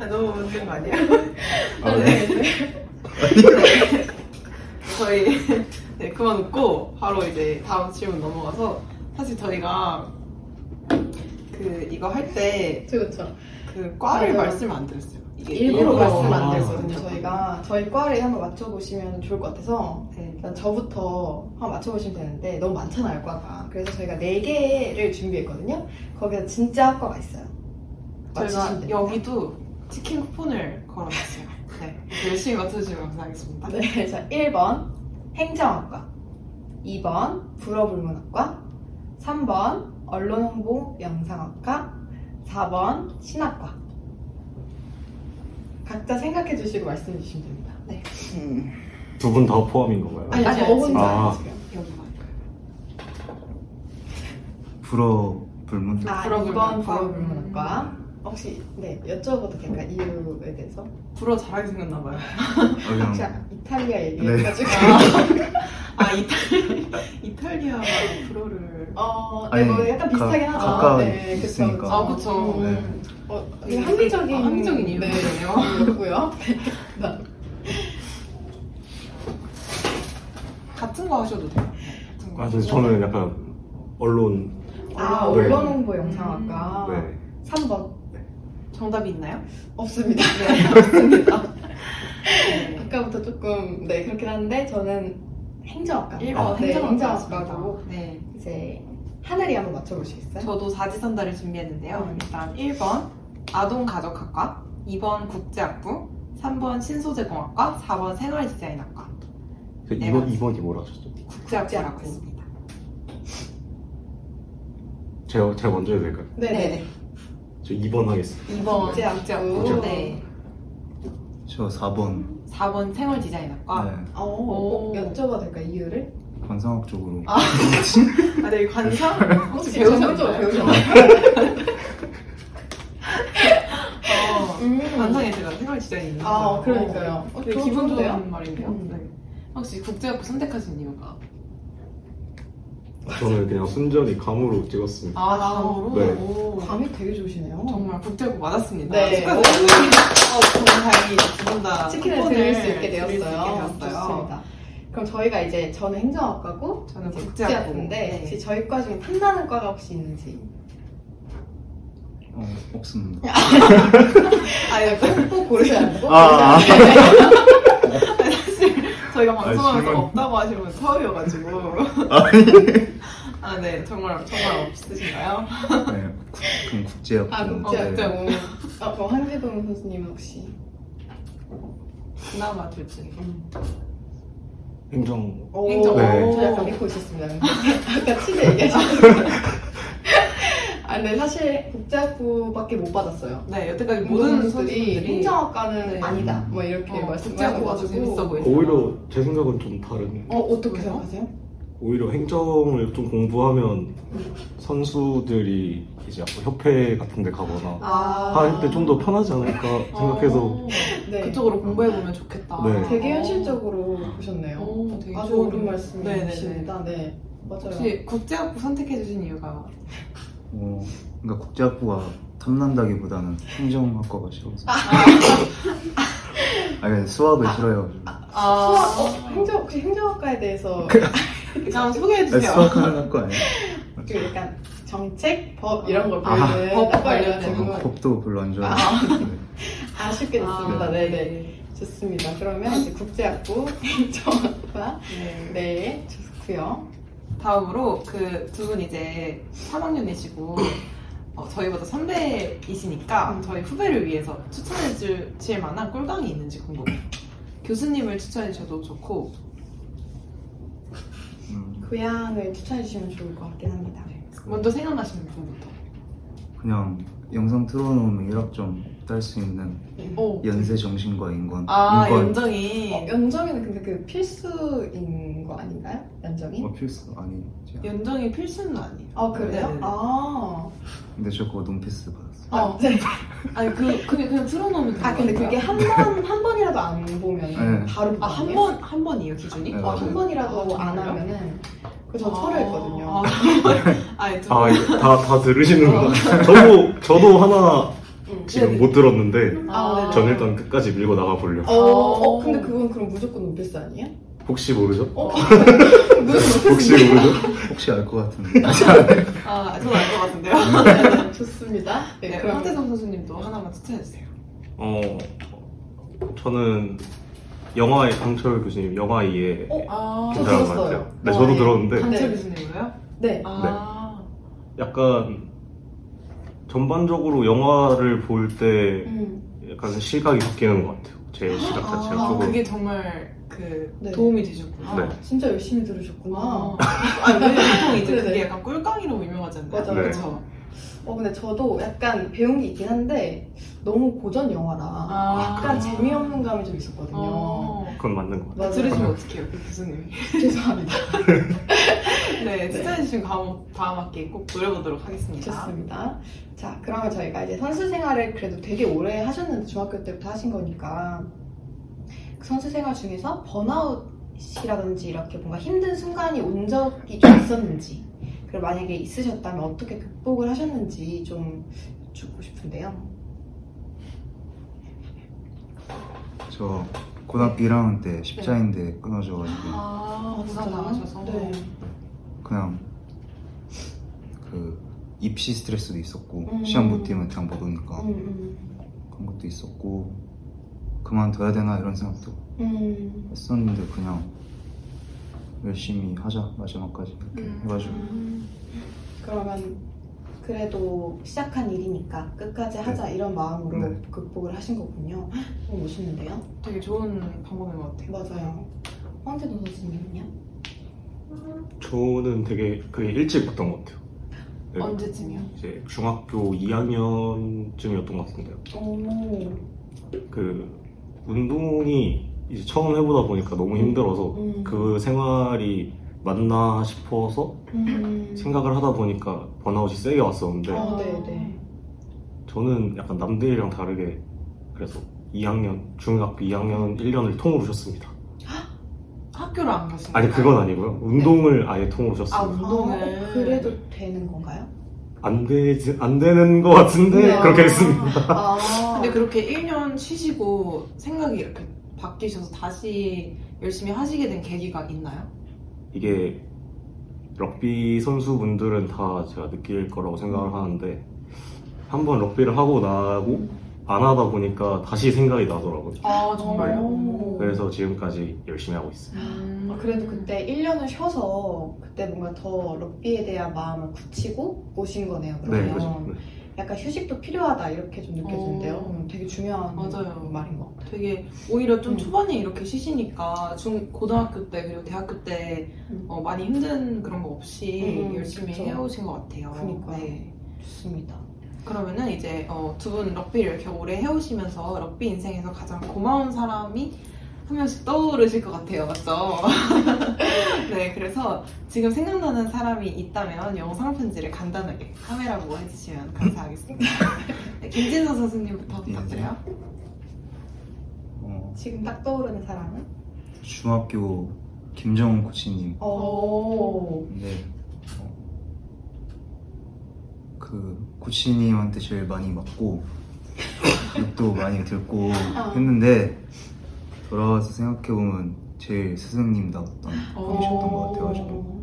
아, 너무 웃는 거 아니에요?
아,
네. 저희 네, 그만 웃고 바로 이제 다음 질문 넘어가서 사실 저희가 그 이거 할 때 그
그쵸, 그쵸.
과를
맞아요.
말씀 안 드렸어요. 이게
일부러 말씀 안
아,
드렸거든요, 저희가. 저희 과를 한번 맞춰보시면 좋을 것 같아서.
네.
일단 저부터 한번 맞춰보시면 되는데 너무 많잖아요 과가 그래서 저희가 4개를 준비했거든요 거기서 진짜 과가 있어요 맞추시면
저희가
됩니다
여기도 치킨 쿠폰을 걸어놨어요. 네, 열심히 맞춰주시면 감사하겠습니다.
네, 그래서 1번 행정학과 2번 불어불문학과 3번 언론홍보 영상학과 4번 신학과 각자 생각해 주시고 말씀해 주시면 됩니다
두 분 다 포함인 건가요?
아니
아니, 네.
저
아니,
혼자
아.
지금
여기가
불어 불문
아
불어불문학과.
2번 불어불문학과 혹시 네 여쭤봐도 될까 이유에 대해서
불어 잘하게 생겼나 봐요.
아, 그냥 네.
제가 이탈리아 얘기해가지고
아 이탈 이탈리아 프로를
어, 네,
아니,
뭐 약간
가-
비슷하긴 하죠.
가까이
네, 그쵸,
있으니까.
그쵸.
아, 그쵸.
음,
네.
어, 되게 합리적인,
아, 합리적인
네,
이유네요.
그렇고요. 네.
같은 거 하셔도 돼요. 네, 같은 거.
아, 근데 저는 약간 언론.
아,
네.
언론 홍보
아.
영상학과
네.
3번
정답이 있나요?
없습니다. 없습니다.
네.
아까부터 조금 네 그렇긴 한데 저는 행정학과.
일본
네,
행정학과고
행정학과고
아,
네.
네.
이제 하늘이 한번 맞춰보시겠어요?
저도 사지선다를 준비했는데요.
음.
일단 1번 아동가족학과, 2번 국제학부, 3번 신소재공학과, 4번 생활디자인학과.
그
네,
이번 이번이 뭐라 하셨죠?
국제학부라고
국제학부.
했습니다.
제가 제가 먼저 해도 될까요?
네네.
저 2번 하겠습니다.
2번
국제학부.
국제학부, 네.
저 4번
4번 생활디자인학과.
네,
어, 꼭 여쭤봐도 될까 이유를?
관상학 쪽으로
아. 아, 네, 관상? 혹시
전문적으로
배우셨나요?
배우셨나요?
어,
음.
관상에 제가 생활디자인이니까.
아, 그러니까요. 어,
되게
좋-
기분
좋은데요?
좋은 말인데요.
음.
네. 혹시 국제학부 선택하신 이유가?
저는 그냥 순전히 감으로 찍었습니다.
아, 다음으로?
네.
오,
감이 되게 좋으시네요.
정말 국제학부 맞았습니다.
네.
축하드립니다.
어, 정말 다행히 두분다
치킨을 드릴 수 있게 되었어요. 좋습니다. 그럼 저희가 이제 저는 행정학과고
저는
이제
국제학부.
국제학부인데
네.
혹시 저희 과 중에 탐나는 과가 혹시 있는지
어, 없습니다.
아, 예.
꼭 고르셔야 하고 네.
아, 아.
저희가 방송하면서
질문.
없다고 하시면 처음이어가지고 아 네 정말 정말 없으신가요?
네, 국, 그럼 국제학부.
아
국제학부.
네.
국제학부 아, 그럼 황재동 선수님은 혹시
그나마 둘 중에
행정.
오,
행정.
네.
저 약간 믿고 있었습니다. 근데 아까 치즈 얘기하셨는데 아 근데 사실 국제학부밖에 못 받았어요.
네 여태까지 모든
분들이
선수들이
행정학과는
네.
아니다 뭐 이렇게
어, 국제학부가 더 재밌어
말씀하셔가지고
보이죠
오히려 제 생각은 좀 다른.
어 어떻게
그래요?
생각하세요?
오히려 행정을 좀 공부하면 선수들이 이제 앞으로 협회 같은 데 가거나
아,
할 때 좀 더 편하지 않을까 생각해서
어,
네.
그쪽으로 공부해보면 좋겠다.
네.
되게 현실적으로 보셨네요.
오, 되게
아주
좋은
옳은 말씀이십니다. 네, 맞아요.
혹시 국제학부 선택해주신 이유가
어, 그러니까 국제학부가 탐난다기보다는 행정학과가 싫어서.
아.
아니 수학을 싫어해가지고.
아
수학, 어, 행정 혹시 행정학과에 대해서
그냥
아니,
소개해주세요
수학하는 학과 아니에요?
그 약간 정책, 법 이런 걸
아,
보는
법 네,
학과여가지고
어, 법도 별로 안 좋아해요. 네.
아쉽게 됐습니다.
아,
네, 네. 좋습니다. 그러면 이제 국제학부 행정학과
네.
네 좋고요.
다음으로 그 두 분 이제 3학년이시고 어, 저희보다 선배이시니까
음.
저희 후배를 위해서 추천해 줄- 주실 만한 꿀강이 있는지 궁금해요. 교수님을 추천해 주셔도 좋고
음,
교양을 추천해 주시면 좋을 것 같긴 합니다.
먼저 생각나시는 분부터.
그냥 영상 틀어놓으면 1학점 딸 수 있는
네.
오.
연세 정신과 인권.
어. 아
인권.
연정이
어, 연정이는 근데 그 필수인 거 아닌가요? 연정이?
어, 필수 아니지.
연정이 필수는 아니에요.
아 그래요?
네.
아,
근데 저 그거 논패스 받았어요.
아, 네.
아니 그 그게 그냥 틀어놓으면 되는
아 근데 그게
건가요?
한 번 한 번이라도 안 보면 은
네.
바로
아, 한 번 한 번이에요 기준이?
네,
아, 한
맞아요.
번이라도
아,
안
정말요?
하면은 그저 철회했거든요.
아, 아니 두 분.
아다다 들으시는 거 저도 저도 하나
음.
지금 못 들었는데
아, 네.
전 일단 끝까지 밀고 나가 보려고
어, 어, 근데 그건 그럼 무조건 논패스 아니에요?
혹시 모르죠?
어?
혹시 모르죠?
혹시 알 것 같은데.
아 저는 알것 같은데요.
네, 좋습니다. 네,
네,
그럼
황태성 선수님도 하나만 추천해 주세요.
어 저는 영화의 강철 교수님 영화 2에
어?
아,
저
괜찮은 것
들었어요.
같아요. 네
영화
저도
이에.
들었는데
강-
강철
네.
교수님으로요?
네.
아
약간 전반적으로 영화를 볼 때
음,
약간 시각이 바뀌는 것 같아요. 제 시각 자체가
아,
조금
그게 정말 그
네.
도움이 되셨구나.
네.
진짜 열심히 들으셨구나.
아, 아, 근데 보통 이제
네네.
그게 약간 꿀깡이라고 유명하지 않나요?
맞아요.
네.
그렇죠.
어, 근데 저도 약간 배운 게 있긴 한데 너무 고전 영화라
아.
약간 재미없는 감이 좀
어.
있었거든요.
그건 맞는 것 같아요.
맞아요.
들으시면 어떡해요, 그 교수님.
죄송합니다.
네, 추천해주신 과목 다음 학기에 꼭 노려보도록 하겠습니다.
좋습니다. 자, 그러면 저희가 이제 선수 생활을 그래도 되게 오래 하셨는데 중학교 때부터 하신 거니까 그 선수 생활 중에서 번아웃이 시라든지 이렇게 뭔가 힘든 순간이 온 적이 좀 있었는지 그리고 만약에 있으셨다면 어떻게 극복을 하셨는지 좀 여쭙고 싶은데요.
저 고등학교 1학년 때 십자인대 끊어져가지고
아, 부산
진짜요?
나가셔서.
네.
그냥 그 입시 스트레스도 있었고
음.
시험 못 뛰면 그냥 못 오니까
음,
그런 것도 있었고 그만둬야 되나 이런 생각도
음. 음.
했었는데 그냥 열심히 하자 마지막까지 이렇게
음.
해가지고
그러면 그래도 시작한 일이니까 끝까지 하자 이런 마음으로
네.
극복을 하신 거군요. 너무 멋있는데요?
되게 좋은 방법인 것
네.
같아요.
맞아요. 황제 노사진님은요?
저는 되게 그게 일찍 봤던 것 같아요. 네.
언제쯤이요?
이제 중학교 2학년쯤이었던 것 같은데요.
오,
그 운동이 이제 처음 해보다 보니까 너무 힘들어서
음.
그 생활이 맞나 싶어서
음.
생각을 하다 보니까 번아웃이 세게 왔었는데
아, 네, 네.
저는 약간 남들이랑 다르게 그래서 2학년 중학교 2학년 1년을 통으로 쉬었습니다.
학교를 안 가신
아니
건가요?
그건 아니고요. 운동을 아예 통으로
아,
쉬었습니다.
운동을.
아, 그래도 되는 건가요?
안 되지 안 되는 것 같은데
네.
그렇게 했습니다.
아,
근데 그렇게 1년 쉬시고 생각이 이렇게 바뀌셔서 다시 열심히 하시게 된 계기가 있나요?
이게 럭비 선수분들은 다 제가 느낄 거라고 생각을 하는데 한 번 럭비를 하고 나고
어.
안 하다 보니까 다시 생각이 나더라고요.
아,
정말요?
오.
그래서 지금까지 열심히 하고 있어요.
아, 그래도 그때 1년을 쉬어서 그때 뭔가 더 럭비에 대한 마음을 굳히고 오신 거네요. 그러면
네, 그죠. 네.
약간 휴식도 필요하다 이렇게 좀 느껴지는데요.
오.
음, 되게 중요한
맞아요.
말인 것 같아요.
되게 오히려 좀
음.
초반에 이렇게 쉬시니까 중 고등학교 때 그리고 대학교 때
음.
어, 많이 힘든 그런 거 없이
음,
열심히
그쵸.
해오신 것 같아요.
그니까요.
네.
좋습니다.
그러면은 이제 어, 두 분 럭비를 이렇게 오래 해오시면서 럭비 인생에서 가장 고마운 사람이 한 명씩 떠오르실 것 같아요, 맞죠? 네, 그래서 지금 생각나는 사람이 있다면 영상 편지를 간단하게 카메라 보고 해주시면 감사하겠습니다. 네, 김진서
네.
선생님부터 부탁드려요.
어,
지금 딱 떠오르는 사람은?
중학교 김정훈 코치님
오.
근데 어, 그 코치님한테 제일 많이 맞고 욕도 많이 듣고
아.
했는데 돌아와서 생각해 보면 제일 스승님다웠던 분이셨던 것 같아가지고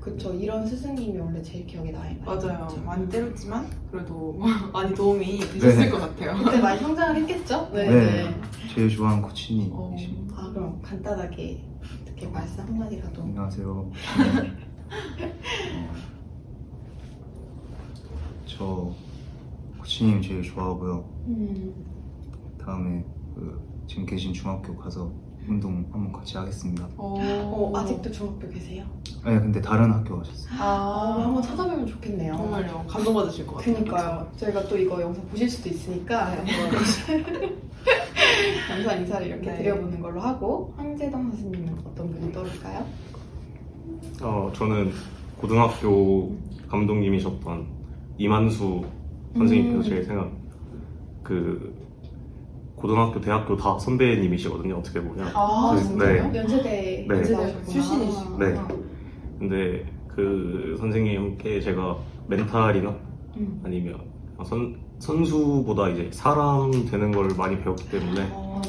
그쵸. 이런 스승님이 원래 제일 기억에 남아요.
맞아요.
그쵸?
많이 때렸지만 그래도 뭐 많이 도움이 되셨을
네.
것 같아요.
그때 많이 성장을 했겠죠? 네.
네.
네.
제일 좋아하는
어,
코치님이십니다.
아, 그럼 간단하게 이렇게 말씀 한마디라도.
안녕하세요. 네. 저는, 어, 저 코치님 제일 좋아하고요.
음.
다음에 그 지금 계신 중학교 가서 운동 한번 같이 하겠습니다.
어, 아직도 중학교 계세요?
네, 근데 다른 학교 가셨어요.
어,
아,
한번 찾아뵈면 좋겠네요.
정말요. 감동받으실 것 같아요.
그니까요. 저희가 또 이거 영상 보실 수도 있으니까 한번 감사 인사를 이렇게
네.
드려보는 걸로 하고 황재동 선생님은 어떤 분이 떠올까요?
어, 저는 고등학교 감독님이셨던 이만수 선생님께서
음.
제일 생각 그 고등학교 대학교 다 선배님이시거든요 어떻게 보면
아,
네.
진짜요?
연세대
네.
나오셨구나.
출신이시구나.
네. 근데 그 선생님께 제가 멘탈이나
음.
아니면 선, 선수보다 이제 사람 되는 걸 많이 배웠기 때문에
어,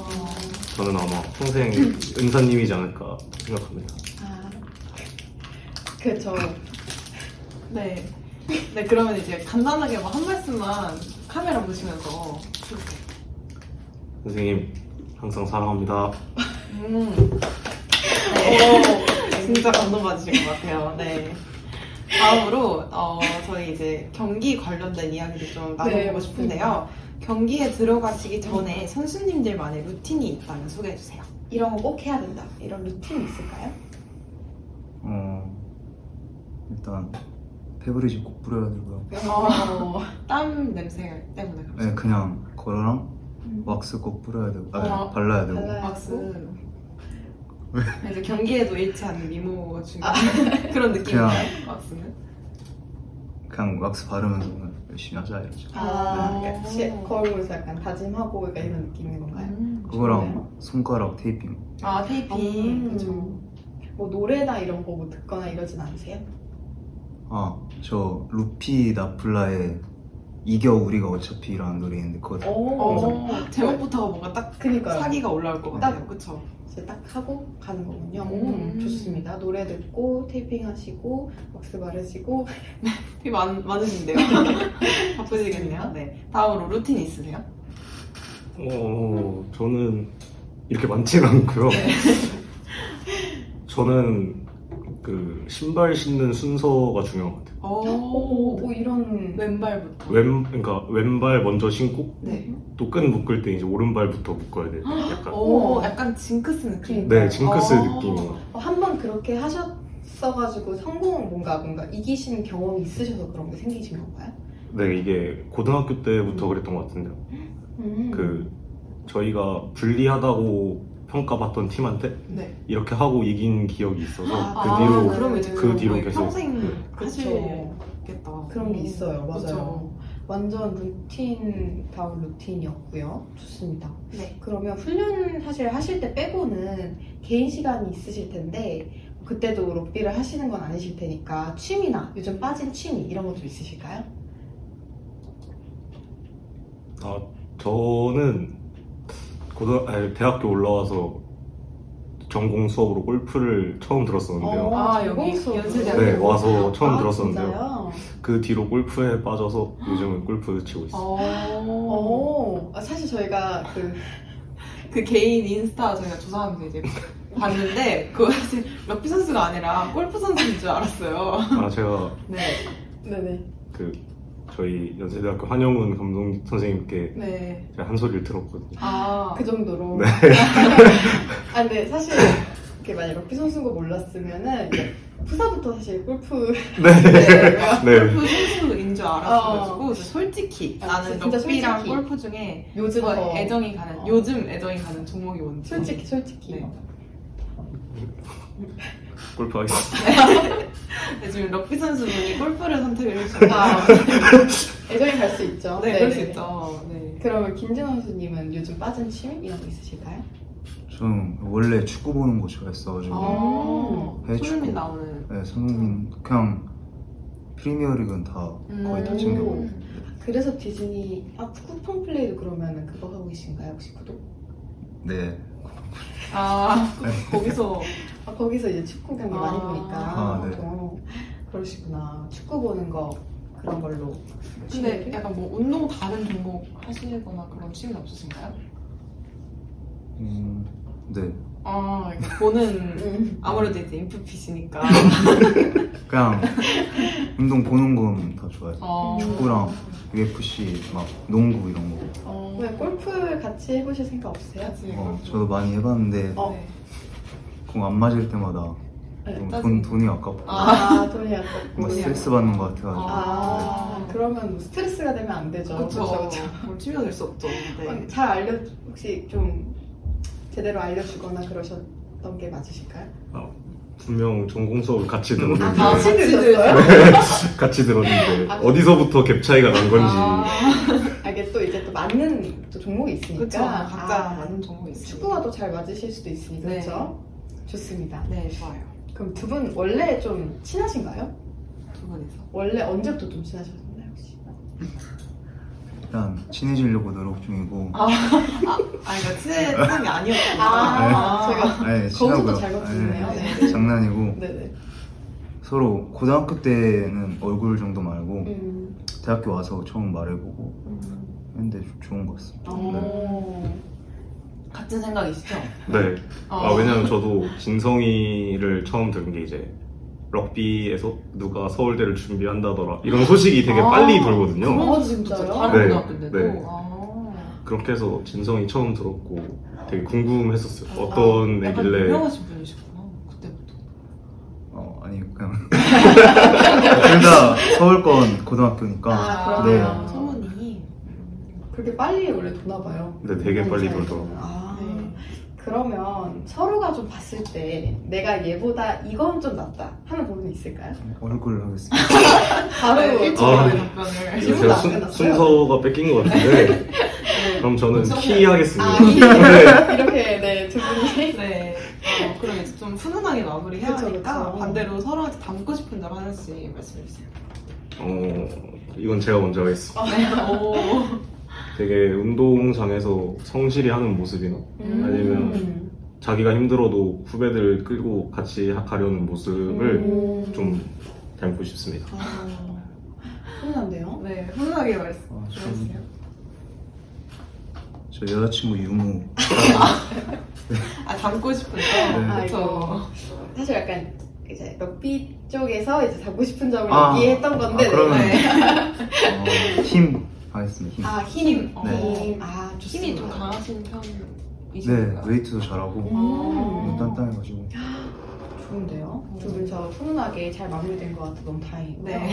저는 아마 평생
음.
은사님이지 않을까 생각합니다.
아, 그쵸.
네. 네, 그러면 이제 간단하게 뭐한 말씀만 카메라 보시면서. 이렇게.
선생님 항상 사랑합니다.
음. 네. 오, 진짜 감동받으실 것 같아요. 네. 다음으로 어, 저희 이제 경기 관련된 이야기도 좀 나눠보고
네,
싶은데요. 경기에 들어가시기 전에 선수님들만의 루틴이 있다면 소개해 주세요.
이런 거 꼭 해야 된다. 이런 루틴 있을까요?
어, 일단 페브리즈 꼭 뿌려야 되고요.
어,
땀 냄새 때문에 그렇죠.
네, 그냥 거러랑
어.
왁스 꼭 뿌려야 되고, 아니,
어,
발라야 되고.
발라야-
박수. 네, 이제 경기에도 잃지 않는 미모 중에
그냥.
그런 느낌인가요? 박수는?
그냥 왁스 바르면서 오늘 열심히 하자 이러죠.
아,
네.
역시 거울 보면서 약간 다짐하고 약간 이런 느낌인 건가요?
음.
그거랑 손가락 테이핑
아 테이핑.
음, 그죠. 뭐 노래나 이런 거뭐 듣거나 이러진 않으세요?
아 저 루피 나플라의 이겨 우리가 어차피라는 노래 있는데 그거
오,
어, 제목부터가 뭔가 딱
그니까요.
사기가 올라올 것 같아요. 그쵸?
이제 딱 하고 가는 거군요.
음.
음, 좋습니다. 노래 듣고 테이핑 하시고 왁스 바르시고
되게 많, 많으신데요? 바쁘시겠네요. 네. 다음으로 루틴 있으세요? 음.
어, 저는 이렇게 많지는 않고요.
네.
저는 그 신발 신는 순서가 중요한 것 같아요.
어,
오,
오,
오 이런
왼발부터.
왼 그러니까 왼발 먼저 신고
네.
또 끈 묶을 때 이제 오른발부터 묶어야 돼요. 약간
오, 약간 징크스 느낌.
그러니까. 네 징크스
어.
느낌이에요.
한 번 그렇게 하셨어가지고 성공 뭔가 뭔가 이기신 경험이 있으셔서 그런 게 생기신 건가요?
네 이게 고등학교 때부터 그랬던 것 같은데요.
음.
그 저희가 불리하다고 평가받던 팀한테
네.
이렇게 하고 이긴 기억이 있어서 그
아,
뒤로
그럼 이제
그
그런
뒤로
거의
계속. 네.
평생
그쵸.
하시겠다.
그런 게 있어요. 맞아요.
그쵸.
완전 루틴 다운 루틴이었고요. 좋습니다.
네.
그러면 훈련 사실 하실 때 빼고는 개인 시간이 있으실 텐데 그때도 럭비를 하시는 건 아니실 테니까 취미나 요즘 빠진 취미 이런 것도 있으실까요?
아, 저는 고등 아니, 대학교 올라와서 전공 수업으로 골프를 처음 들었었는데요.
아,
전공
여기
수업으로.
연세대학교.
네, 와서 처음
어. 아,
들었었는데요.
진짜요?
그 뒤로 골프에 빠져서 요즘은 골프 치고 있어요.
어.
오, 아, 사실 저희가 그
그 개인 인스타 저희가 조사하면서 이제 봤는데 그거 사실 럭비 선수가 아니라 골프 선수인 줄 알았어요.
아, 제가
네.
네네
그 저희 연세대학교 한영훈 감독 선생님께
네.
제가 한 소리를 들었거든요.
아.
그 정도로.
네.
아 근데 사실 이렇게 만약 럭비 선수인 거 몰랐으면은 이제 푸사부터 사실 골프
네. 네.
골프 선수인 줄 알았어가지고 솔직히
아,
나는
진짜
럭비랑
솔직히.
골프 중에
요즘
더
더
애정이 가는
어.
요즘 애정이 가는 종목이 뭔지
솔직히 솔직히
네.
골프 하겠습니다.
네, 지금 럭비 선수분이 골프를 선택을 해주셨다
아, 네. 애정이 갈 수 있죠.
네 그럴 수 있죠 네.
그러면 김진원 선수님은 요즘 빠진 취미 이런 거 있으실까요?
저는 원래 축구 보는 거 좋아했어가지고
아.
어,
네,
손흥민
축구.
나오는
네, 손흥민 그냥 프리미어리그는 다 거의 다 챙겨보고
음.
그래서 디즈니 아 쿠팡 플레이도 그러면 그거 하고 계신가요 혹시 구독?
네
아 거기서
아 거기서 이제 축구 경기 많이
아.
보니까
아, 네.
어, 그러시구나 축구 보는 거 그런 걸로
근데 약간 뭐 운동 다른 종목 하시거나 그런 취미는 없으신가요?
음, 네
아 이렇게 보는
음.
아무래도 이제 인프핏이니까
그냥 운동 보는 건 다 좋아해요
어.
축구랑 UFC 막 농구 이런 거
어.
왜 골프 같이 해보실 생각 없으세요?
같이
어,
골프.
저도 많이 해봤는데
어.
네.
공 안 맞을 때마다
네,
좀 돈,
짜증.
돈이 아깝고
아.
아 돈이 아깝고
막뭐 스트레스 받는 것 같아가지고
아 그러면 뭐 스트레스가 되면 안 되죠
그쵸. 아.
그쵸, 그쵸.
뭘 취미가 될 수 없죠.
어,
네.
잘 알려 혹시 좀 제대로 알려주거나 그러셨던 게 맞으실까요?
아, 분명 전공 수업을 같이
아,
들었는데 네,
같이 들으셨어요?
같이 들었는데
아.
어디서부터 갭 차이가 난 건지
아,
아, 이게 또 이제 또 맞는 또 종목이 있으니까
그쵸. 각자
아,
많은 정보 있어요.
축구가 또 잘 맞으실 수도 있으니까
네.
그렇죠? 좋습니다.
네, 좋아요.
그럼 두 분 원래 좀 친하신가요?
두 분에서.
원래 언제부터 좀 친하셨나요 혹시?
일단 친해지려고 노력 중이고
아, 아, 그러니까 친한 게 아니었구나.
아, 제가
네,
거기서도
친하고요
잘못
네,
듣네요. 네.
장난이고
네네.
서로 고등학교 때는 얼굴 정도 말고
음.
대학교 와서 처음 말해보고
음. 어.
했는데 좀 좋은 것 같습니다 네.
오.
같은 생각이시죠?
네.
어.
아, 왜냐면 저도 진성이를 처음 들은 게 이제 럭비에서 누가 서울대를 준비한다더라 이런 소식이 되게
아.
빨리 돌거든요.
어,
어,
진짜요?
진짜요?
다른
네,
고등학교인데도.
네.
아.
그렇게 해서 진성이 처음 들었고 되게 궁금했었어요. 어떤
아, 약간
음, 애길래
유명하신 분이셨구나. 그때부터.
어, 아니 그냥 아, 둘 다 서울 건 고등학교니까
아,
그러네요.
네. 소문이. 음.
그렇게 빨리 원래 도나 봐요.
근데 되게 빨리
아니죠.
돌더라고요.
아,
네.
그러면 서로가 좀 봤을 때 내가 얘보다 이건 좀 낫다 하는 부분이 있을까요?
얼굴 하겠습니다.
바로
일주일
아.
만에 답변을.
질문도
제가
안
순,
끝났어요?
순서가 뺏긴 것 같은데 그럼 저는 T 하겠습니다.
아, 이- 이렇게 네, 두 분이
네. 어, 그럼 이제 좀 훈훈하게 마무리해야
그쵸,
하니까
그쵸.
반대로 서로한테 담고 싶은 점 하나씩 말씀해주세요. 네.
어, 이건 제가 먼저 하겠습니다.
아. 오.
되게 운동장에서 성실히 하는 모습이나 아니면
음.
자기가 힘들어도 후배들 끌고 같이 하- 가려는 모습을
음.
좀 닮고 싶습니다.
아,
흥미난데요?
네, 훈훈하게 말씀.
아,
해주세요.
저는 저 여자친구 유무.
아, 담고 싶은
네.
점.
아,
그쵸.
이거 사실 약간 이제 럭비 쪽에서 이제 잡고 싶은 점을
아.
얘기했던 건데
아, 그러면
네.
어, 힘 하겠습니다. 힘.
아, 힘.
네.
힘. 아, 좋습니다.
힘이 좀 강하신
네,
편이신가요?
웨이트도 잘하고
음.
음.
단단해가지고.
좋은데요?
음.
두 분서 훈훈하게 잘 마무리된 것 같아 너무 다행이고요.
네.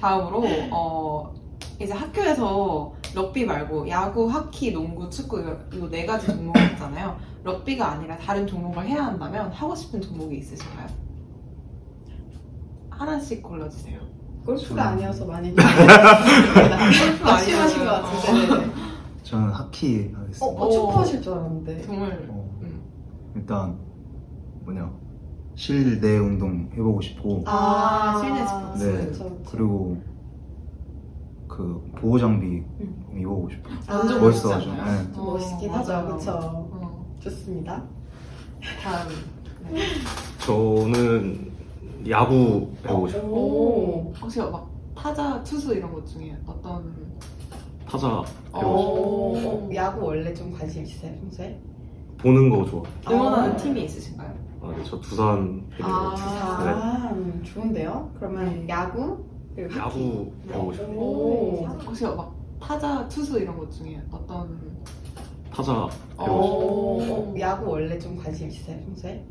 다음으로 어, 이제 학교에서 럭비 말고 야구, 하키, 농구, 축구 이 네 가지 종목을 했잖아요. 럭비가 아니라 다른 종목을 해야 한다면 하고 싶은 종목이 있으신가요? 하나씩 골라주세요.
골프가
저는-
아니어서 많이 골프가
아니어서.
아니신 것 같은데.
저는 하키 하겠습니다.
어, 어, 축구하실 줄 알았는데.
정말
어,
음.
일단 뭐냐 실내 운동 해보고 싶고
아, 실내 스포츠.
네.
그쵸, 그쵸.
그리고 그 보호 장비
음.
입어보고 싶어요.
완전
아,
멋있어.
멋있지
멋있어가지고,
않아요?
네.
좀 멋있긴
어,
하죠.
맞아요.
그쵸.
어,
좋습니다.
다음
저는 야구 해보고 싶어요.
오.
혹시 막 타자, 투수 이런 것 중에 어떤
타자 해보고 싶어요.
오.
오.
야구 원래 좀 관심 있으세요, 평소에?
보는 거 좋아.
응원하는
아.
팀이 있으신가요?
아, 네, 저 두산 팬인 것 같아요.
네.
아, 음, 좋은데요? 그러면
네.
야구? 그리고 하키.
야구 해보고 싶어요.
오.
혹시 막 타자, 투수 이런 것 중에 어떤
타자 해보고 싶어요.
오.
오.
야구 원래 좀 관심 있으세요, 평소에?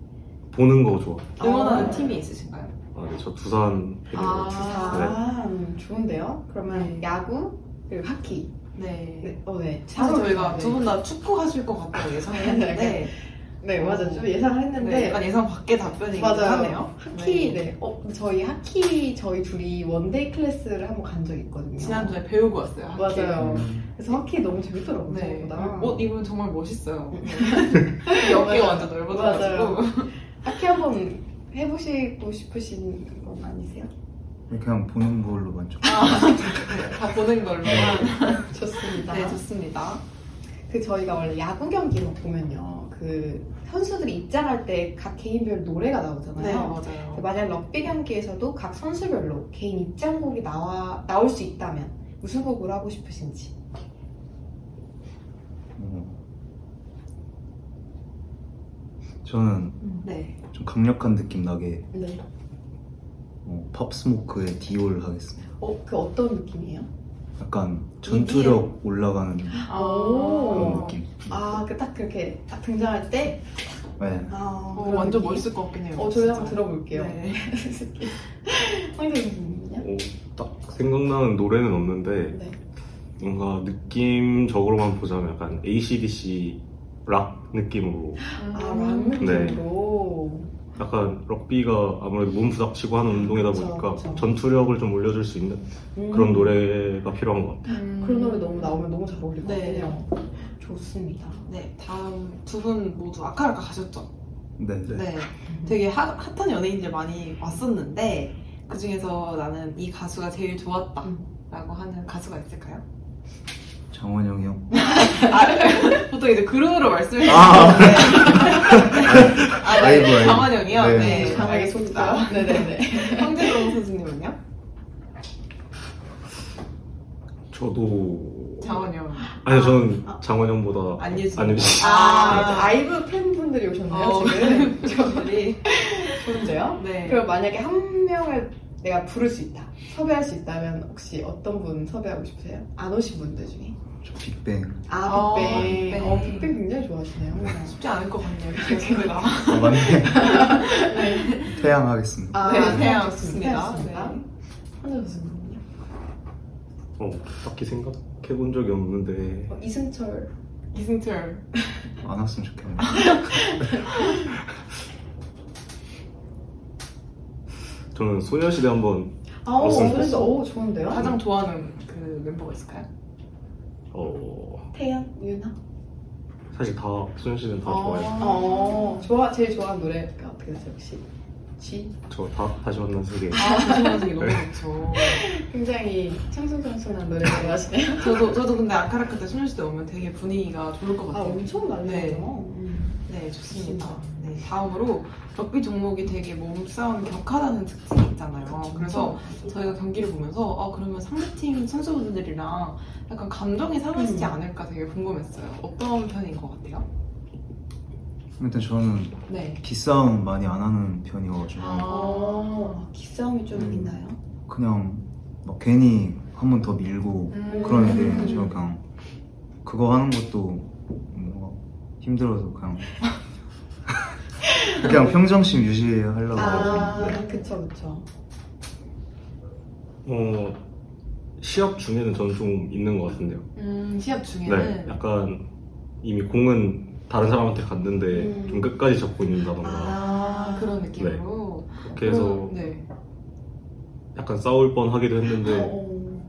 보는 거 좋아.
응원하는
아.
팀이 있으신가요? 뭐
아, 네, 저 두산 팬인 것 같아요.
아, 음, 좋은데요? 그러면
네.
야구? 그리고 하키.
네.
네, 어, 네.
사실 저희가
네.
두 분 다 축구 하실 것 같다고 예상했는데
네, 맞아요. 좀 예상을 했는데.
네, 약간 예상 밖의 답변이긴
맞아요.
하네요.
하키, 네. 어, 저희 하키, 저희 둘이 원데이 클래스를 한번 간 적이 있거든요.
지난주에 배우고 왔어요. 하키.
맞아요.
음,
그래서 하키 너무 재밌더라고요.
네.
생각보다. 네.
옷 입으면 정말 멋있어요. 어깨가 완전 넓어져가지고.
하키 한번 해보시고 싶으신 건 아니세요?
그냥 보는 걸로 만족.
네, 다 보는 걸로.
좋습니다.
네, 좋습니다.
그 저희가 원래 야구 경기만 보면요. 그 선수들이 입장할 때 각 개인별 노래가
네,
나오잖아요.
맞아요.
만약 럭비 경기에서도 각 선수별로 개인 입장곡이 나와, 나올 수 있다면 무슨 곡으로 하고 싶으신지.
어. 저는
음.
네.
좀 강력한 느낌 나게
네.
어, 팝스모크의 디올 하겠습니다.
어, 그 어떤 느낌이에요?
약간 전투력 올라가는 그런
아, 어.
오.
느낌.
아, 그 딱 그렇게 딱 등장할 때?
네.
아,
어,
그런
완전
느낌?
멋있을 것 같긴 해요.
어, 저희
진짜.
한번 들어볼게요.
네.
황교님은요?
오, 딱 생각나는 노래는 없는데
네.
뭔가 느낌적으로만 보자면 약간 ACDC 락 느낌으로
아,
음.
락
네.
느낌으로.
약간 럭비가 아무래도 몸 부닥치고 하는 운동이다
그쵸,
보니까
그쵸.
전투력을 좀 올려줄 수 있는
음.
그런 노래가 필요한 것 같아요.
음.
그런 노래 너무 나오면 너무 잘 어울릴 것
네.
같아요. 좋습니다.
네, 다음 두 분 모두 아카라카 가셨죠?
네.
네.
네. 되게 핫, 핫한 연예인들 많이 왔었는데 그 중에서 나는 이 가수가 제일
음.
좋았다라고 하는 가수가 있을까요?
장원영이 형.
아, 보통 이제 그룹으로 말씀해
아.
주시는데 아,
아이고, 아이고.
네. 장환영이요?
네.
네,
강하게
알겠습니다.
속다. 네네네.
황재동 선수님은요?
저도
장환영
아니요 저는 장원영보다
안유진
안유진
아,
아,
아이브 팬분들이 오셨네요,
어,
지금.
분들이
좋은데요?
네.
그럼 만약에 한 명을 내가 부를 수 있다, 섭외할 수 있다면 혹시 어떤 분 섭외하고 싶으세요? 안 오신 분들 중에?
저 빅뱅.
아, 빅뱅.
어,
어,
빅뱅.
빅뱅 굉장히 좋아하시네요.
쉽지 않을 것 같네요. 제가
아, 맞네. 태양 하겠습니다.
아,
네, 태양
좋습니다.
좋습니다.
좋습니다.
네.
한정 선생님요?
어, 딱히 생각해 본 적이 없는데
이승철
기승철.
안 왔으면 좋겠네요.
저는 소녀시대 한번
아,
맞습니다.
그래서 오
네.
좋은데요?
가장 좋아하는 그 멤버가 있을까요?
어
태연, 유나.
사실 다 소녀시대는 다
어.
좋아해요.
어, 좋아 제일 좋아하는 노래가 어떻게 되세요 혹시? G.
저 다 다시 만난 세계.
아, 조성원이 너무 좋죠.
굉장히 청순청순한 노래 좋아하시네요.
저도, 저도 근데 아카라크 때 소녀시대 오면 되게 분위기가 좋을 것
아,
같아요.
엄청 많이
네.
하죠.
네, 좋습니다. 네, 다음으로 럭비 종목이 되게 몸싸움이 격하다는 특징이 있잖아요. 그래서 저희가 경기를 보면서 아 그러면 상대팀 선수분들이랑 약간 감정이 상하시지
음.
않을까 되게 궁금했어요. 어떤 편인 것 같아요?
일단 저는
네.
기싸움 많이 안 하는 편이어가지고
아.
아, 기싸움이 좀
음.
있나요?
그냥 막 괜히 한 번 더
네.
밀고 그러는데 제가 그냥 그거 하는 것도 뭔가 힘들어서 그냥 그냥 평정심 유지하려고 네.
아,
하는데
그쵸, 그쵸.
어 시합 중에는 저는 좀 있는 것 같은데요.
음, 시합
네,
중에는
약간 이미 공은 다른 사람한테 갔는데
음.
좀 끝까지 잡고 있는다던가
아
아,
그런 느낌으로
그렇게 해서
그럼, 네.
약간 싸울 뻔 하기도 했는데
어,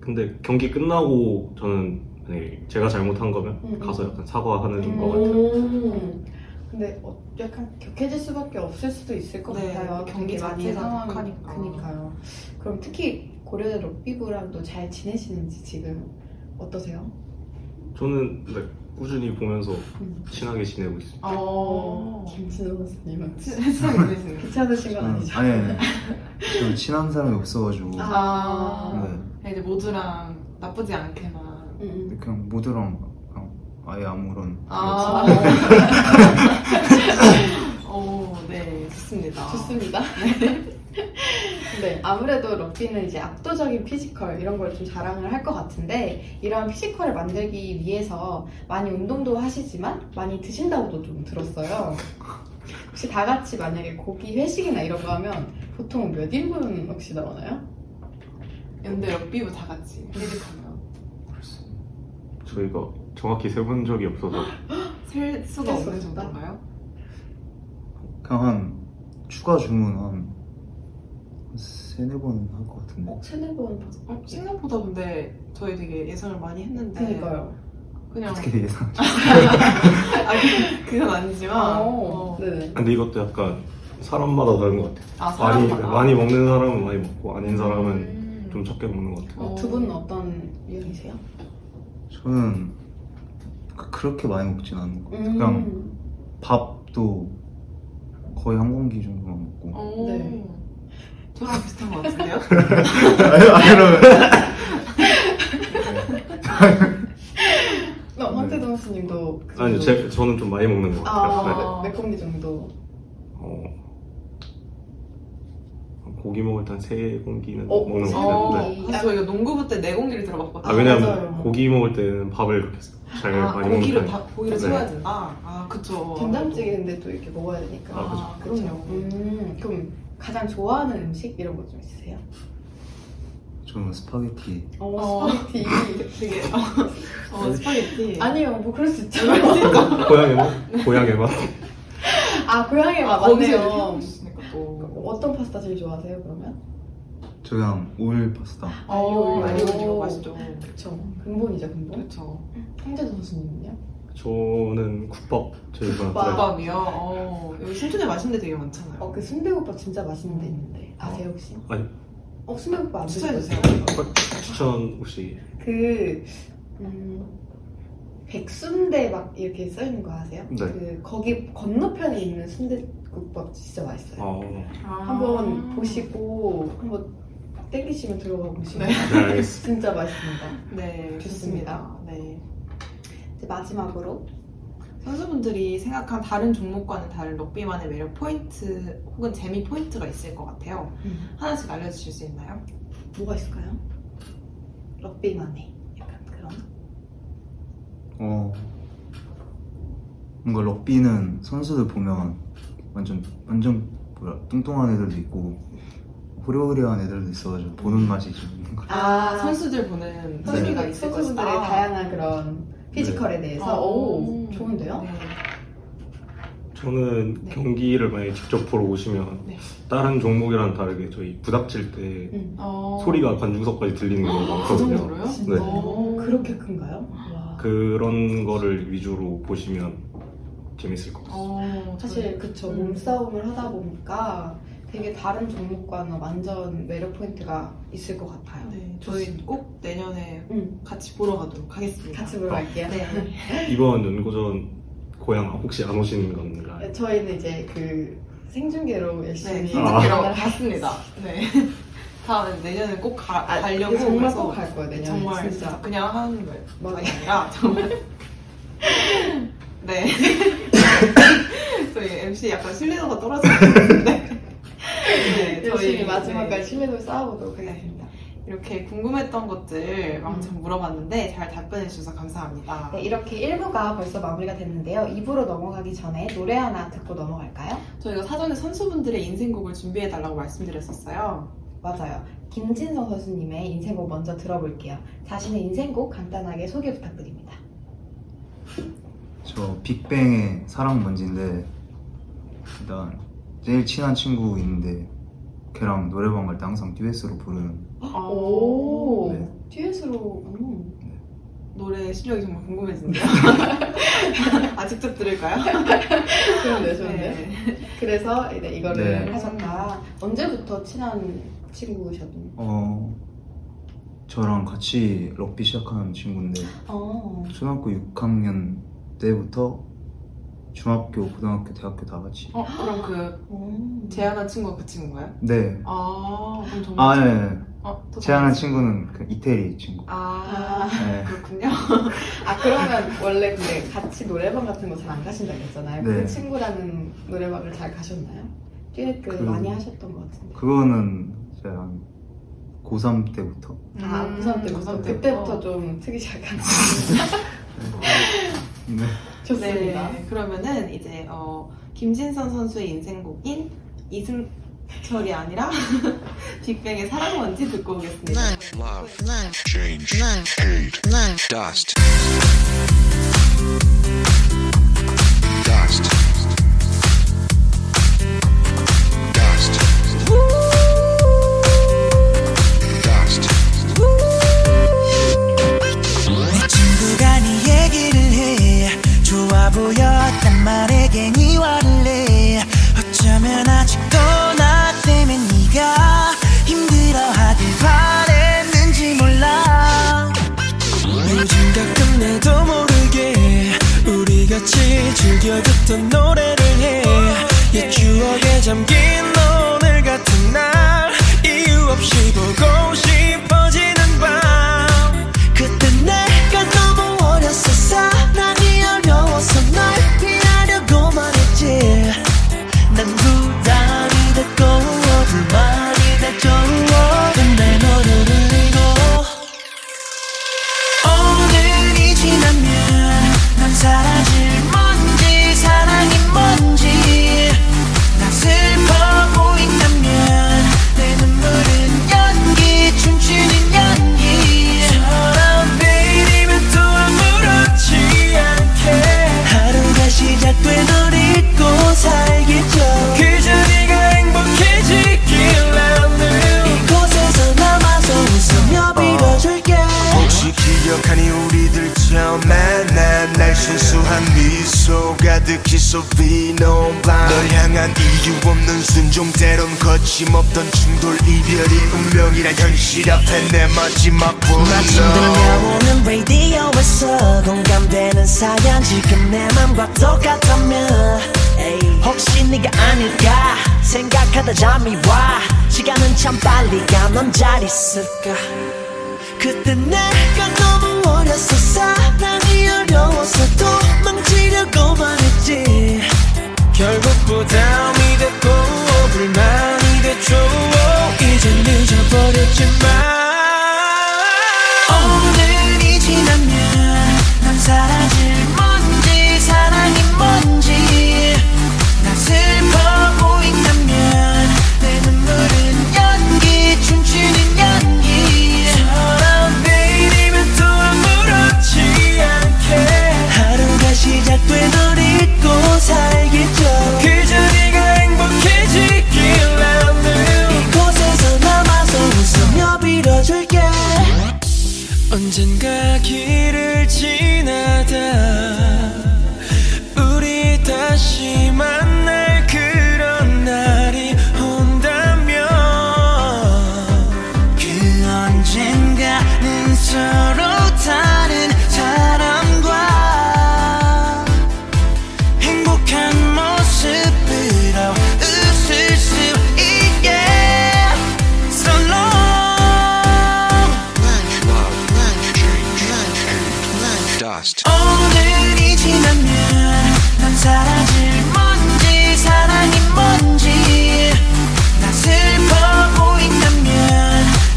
근데 경기 끝나고 저는 만약에 제가 잘못한 거면
음.
가서 약간 사과하는
음.
것 같아요.
음. 근데 어, 약간 격해질 수밖에 없을 수도 있을 것
네,
같아요.
경기
되게 많이
자체가
상황이-
독하니까.
그니까요. 그럼 특히 고려대 럭비부랑도 잘 지내시는지 지금 어떠세요?
저는 네, 꾸준히 보면서
음.
친하게 지내고 있습니다.
어.
뭐, 김진호
아,
선수님은
시합 중에는
괜찮으신 건
저는
아니죠?
음, 아니 아니 저 친한 사람이 없어가지고
아.
아
네.
이제 모두랑 나쁘지 않게만
음, 음.
그냥 모두랑 그냥 아예 아무런
아.
어,
오, 네, 그렇죠. 좋습니다.
좋습니다. 네, 아무래도 럭비는 이제 압도적인 피지컬 이런 걸 좀 자랑을 할 것 같은데 이런 피지컬을 만들기 위해서 많이 운동도 하시지만 많이 드신다고도 좀 들었어요. 혹시 다 같이 만약에 고기 회식이나 이런 거 하면 보통 몇 인분 혹시 나오나요?
근데 럭비부 다 같이 회식하면
글쎄
저희가 정확히 세본 적이 없어서
셀 수가
셀수
없는
없다.
정도인가요?
그냥 한 추가 주문 한 세네 번 할 것 같은데
세네 번 봤어.
어, 생각보다 근데 저희 되게 예상을 많이 했는데
그니까요.
그냥
어떻게 예상
아니 그건 아니지만
어,
어.
네네.
근데 이것도 약간 사람마다 다른 것 같아요.
아
많이
사람마다.
많이 먹는 사람은 많이 먹고 아닌 사람은
음.
좀 적게 먹는 것 같아요.
어, 두 분은 어떤 유형이세요?
저는 그- 그렇게 많이 먹진 않는 것 같아요. 그냥 밥도 거의 한 공기 정도만 먹고.
어.
네.
저랑 비슷한 것 같은데요?
네.
아니, 아니면
어, 황태동 선수님도 그
아니
정도-
제, 저는 좀 많이 먹는 것 같아요. 네.
아, 몇 공기 정도.
어, 고기 먹을 때 한 세 공기는
어,
먹는
세
것
어,
같아요.
공기?
네.
사실 저희가 농구부 때 네 공기를 들어봤거든요.
아 왜냐면
맞아요.
고기 먹을 때는 밥을 그렇게 잘
아,
많이
고기를
먹는 편이에요.
다, 고기를
네.
채워야 된다. 아 그쵸.
된장찌개인데 또 이렇게 먹어야 되니까.
아,
아,
그렇죠.
그럼요.
음, 그럼 가장 좋아하는 음식 이런 거 좀 있으세요?
저는 스파게티.
어, 스파게티.
되게 어, 어, 스파게티.
아니요, 뭐 그럴 수 있죠.
고향의 맛? 고향의 맛?
아, 고향에 아,
거기서 이렇게
맞네요.
하고 있으니까 또.
어떤 파스타 제일 좋아하세요, 그러면?
저 그냥 오일 파스타.
어,
아이오
아이오.
아이오 맛있죠.
그쵸. 근본이죠, 근본.
그렇죠.
황제 선수님은요?
저는 국밥 제일
국밥.
좋아해요.
국밥이요. 어, 여기 신촌에 맛있는 데 되게 많잖아요.
어, 그 순대국밥 진짜 맛있는 데 있는데. 아세요, 혹시?
아니요.
어, 순대국밥 안
추천해주세요.
추천 혹시
네.
그, 음, 백순대 막 이렇게 써있는 거 아세요?
네.
그, 거기 건너편에 있는 순대국밥 진짜 맛있어요.
어,
아.
한번 보시고 한번 땡기시면 들어가 보시면
네, 알겠습니다.
진짜 맛있습니다.
네, 좋습니다. 네.
이제 마지막으로
선수분들이 생각한 다른 종목과는 다른 럭비만의 매력 포인트 혹은 재미 포인트가 있을 것 같아요.
음.
하나씩 알려주실 수 있나요?
뭐가 있을까요? 럭비만의 약간 그런
어. 뭔가 럭비는 선수들 보면 완전 완전 뭐야 뚱뚱한 애들도 있고 호리호리한 애들도 있어가지고 보는 맛이 좀 있는 것 같아요.
아, 네.
선수들 보는
선수-
재미가
선수들,
있을
선수들의
것이다.
다양한 그런 피지컬에
네.
대해서.
아,
오,
오.
좋은데요?
네.
저는
네.
경기를 만약에 직접 보러 오시면
네.
다른 종목이랑 다르게 저희 부닥칠 때
음.
어.
소리가 관중석까지 들리는 경우가
그
많거든요.
정도로요? 어.
진짜
네.
오.
그렇게 큰가요? 와.
그런 거를 위주로 보시면 재밌을 것 같아요.
어,
사실 그쵸
음.
몸싸움을 하다 보니까 되게 다른 종목과는 완전 매력 포인트가 있을 것 같아요.
네, 저희 꼭 내년에
음.
같이 보러 가도록 하겠습니다.
같이 보러 갈게요.
네.
이번 연고전 고향 혹시 안 오시는 건가요?
네. 저희는 이제 그 생중계로 열심히
네,
아.
생각해라고
진행을 하-
갔습니다. 네. 다음에 내년에 꼭 가,
아,
가려고
정말
그래서 네,
꼭 갈 거예요. 내년에
정말 진짜
진짜.
그냥 하는 거예요.
맞아요.
아니, 아니라 정말 네 저희 MC 약간 신뢰도가 떨어지는데 네, 저희,
열심히
네,
마지막까지 신뢰도 쌓아보도록
네.
하겠습니다.
이렇게 궁금했던 것들 왕창 물어봤는데 잘 답변해 주셔서 감사합니다.
음. 네, 이렇게 1부가 벌써 마무리가 됐는데요. 2부로 넘어가기 전에 노래 하나 듣고 넘어갈까요?
저희가 사전에 선수분들의 인생곡을 준비해 달라고 말씀드렸었어요.
맞아요. 김진성 선수님의 인생곡 먼저 들어볼게요. 자신의 인생곡 간단하게 소개 부탁드립니다.
저 빅뱅의 사랑 먼지인데 일단 제일 친한 친구 있는데 걔랑 노래방 갈 때 항상 듀엣으로 부르는
아.
오,
네.
듀엣으로. 음.
노래 실력이 정말 궁금해지네요. 아 직접 들을까요? 네,
좋은데요, 좋은데요? 그래서 이제 이거를
네.
하셨다. 언제부터 친한 친구셨나요?
어 저랑 같이 럭비 시작한 친구인데
어,
초등학교 6학년 때부터 중학교, 고등학교, 대학교 다 같이
어, 그럼 그 제안한 친구가 그 친구예요?
네.
아 그럼 정말
아, 네, 네.
어, 또
제안한
다른-
친구는 그 이태리 친구.
아,
네.
그렇군요.
아, 그러면 원래 근데 같이 노래방 같은 거 잘 안 가신다고 했잖아요. 그
네.
친구라는 노래방을 잘 가셨나요? 듀엣 그
그-
많이 하셨던 것 같은데.
그거는 제가 고3 때부터.
아, 고3 때부터.
고3
그때부터 좀 특이 시작한.
네.
좋습니다.
네, 그러면은 이제 어, 김진선 선수의 인생곡인 이승철이 아니라 빅뱅의 사랑 먼지 듣고 오겠습니다.
Love, change, hate, dust. Dust. Dust. Dust.
친구가 네 얘기를 해 좋아 보였단 말에 괜히 화를 내 어쩌면 아직도 나 때문에 네가 힘들어하길 바랬는지 몰라 요즘 가끔 나도 모르게 우리 같이 즐겨 듣던 노래를 해옛 추억에 잠긴 오늘 같은 날 이유 없이 보고 싶어지는 밤 그때 내가 너무 어렸어 사랑이 어려워서 날 피하려고만 했지 난 불안이 다꺼워 불만이 다겨워 근데 너를 잃고 오늘이 지나면 난 사라질 뭔지 사랑이 뭔지 난 슬퍼 보인다면 내 눈물은 연기 춤추는 연기 저런 매일이면 또 아무렇지 않게 하루가 시작된 널 잊고 살겠죠 그저 네가 행복해지길 나는 이곳에서 남아서 웃으며 빌어줄게
혹시 기억하니 우리들 처음 만난 날 순수한 미소 가득히 소비 노란 널 향한 이유 없는 순종 때론 거침없던 충돌 이별이 운명이란 현실 앞에 내 마지막 보여
들려오는 라디오에서 공감되는 사연 지금 내 맘과 똑같다면 에이, 혹시 네가 아닐까 생각하다 잠이 와 시간은 참 빨리 가넌잘 있을까 그때 내가 너무 어렸어 사랑이 어려워서 도망치려고만 했지 결국 부담이 됐고 불만이 됐죠 이제 늦어버렸지만 오늘이 지나면 난 사라질 뭔지 사랑이 뭔지 난 슬퍼 보인다면 내 눈물은 연기 춤추는 연기 저런 내일이면 또 아무렇지 않게 언젠가 길을 지나다 우리 다시 만날 그런 날이 온다면 그 언젠가는 서로 다른 사람과 행복한 모습으로 웃을 수 있게 So long
Life, love, life change, life hate, life dust.
오늘이 지나면 넌 사라질 뭔지 사랑이 뭔지 나 슬퍼 보인다면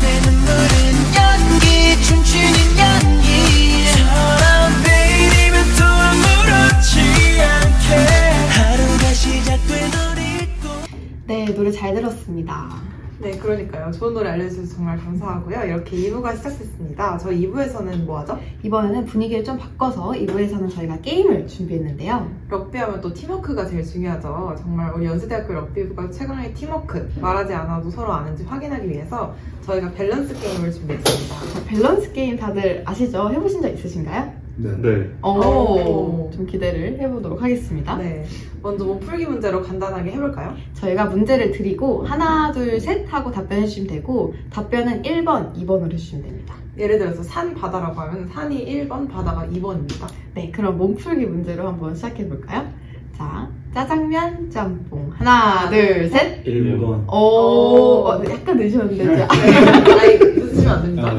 내 눈물은 연기 춤추는 연기 서러운 내일이면 또 아무렇지 않게 하루가 시작된 우리 꿈
네, 노래 잘 들었습니다.
네, 그러니까요. 좋은 노래 알려주셔서 정말 감사하고요. 이렇게 2부가 시작됐습니다. 저 2부에서는 뭐 하죠?
이번에는 분위기를 좀 바꿔서 2부에서는 저희가 게임을 준비했는데요.
럭비 하면 또 팀워크가 제일 중요하죠. 정말 우리 연세대학교 럭비부가 최근의 팀워크, 말하지 않아도 서로 아는지 확인하기 위해서 저희가 밸런스 게임을 준비했습니다.
밸런스 게임 다들 아시죠? 해보신 적 있으신가요?
네.
오,
오.
좀 기대를 해보도록 하겠습니다.
어. 네. 먼저 못 풀기 문제로 간단하게 해볼까요?
저희가 문제를 드리고 하나, 둘, 셋 하고 답변해주시면 되고 답변은 1번, 2번으로 해주시면 됩니다.
예를 들어서 산, 바다라고 하면 산이 1번, 바다가 2번입니다.
네, 그럼 몸풀기 문제로 한번 시작해볼까요? 자, 짜장면, 짬뽕. 하나, 둘, 셋.
1번.
오,
오.
어, 약간 늦으셨는데. 이제
아이, 늦으면 안 됩니다.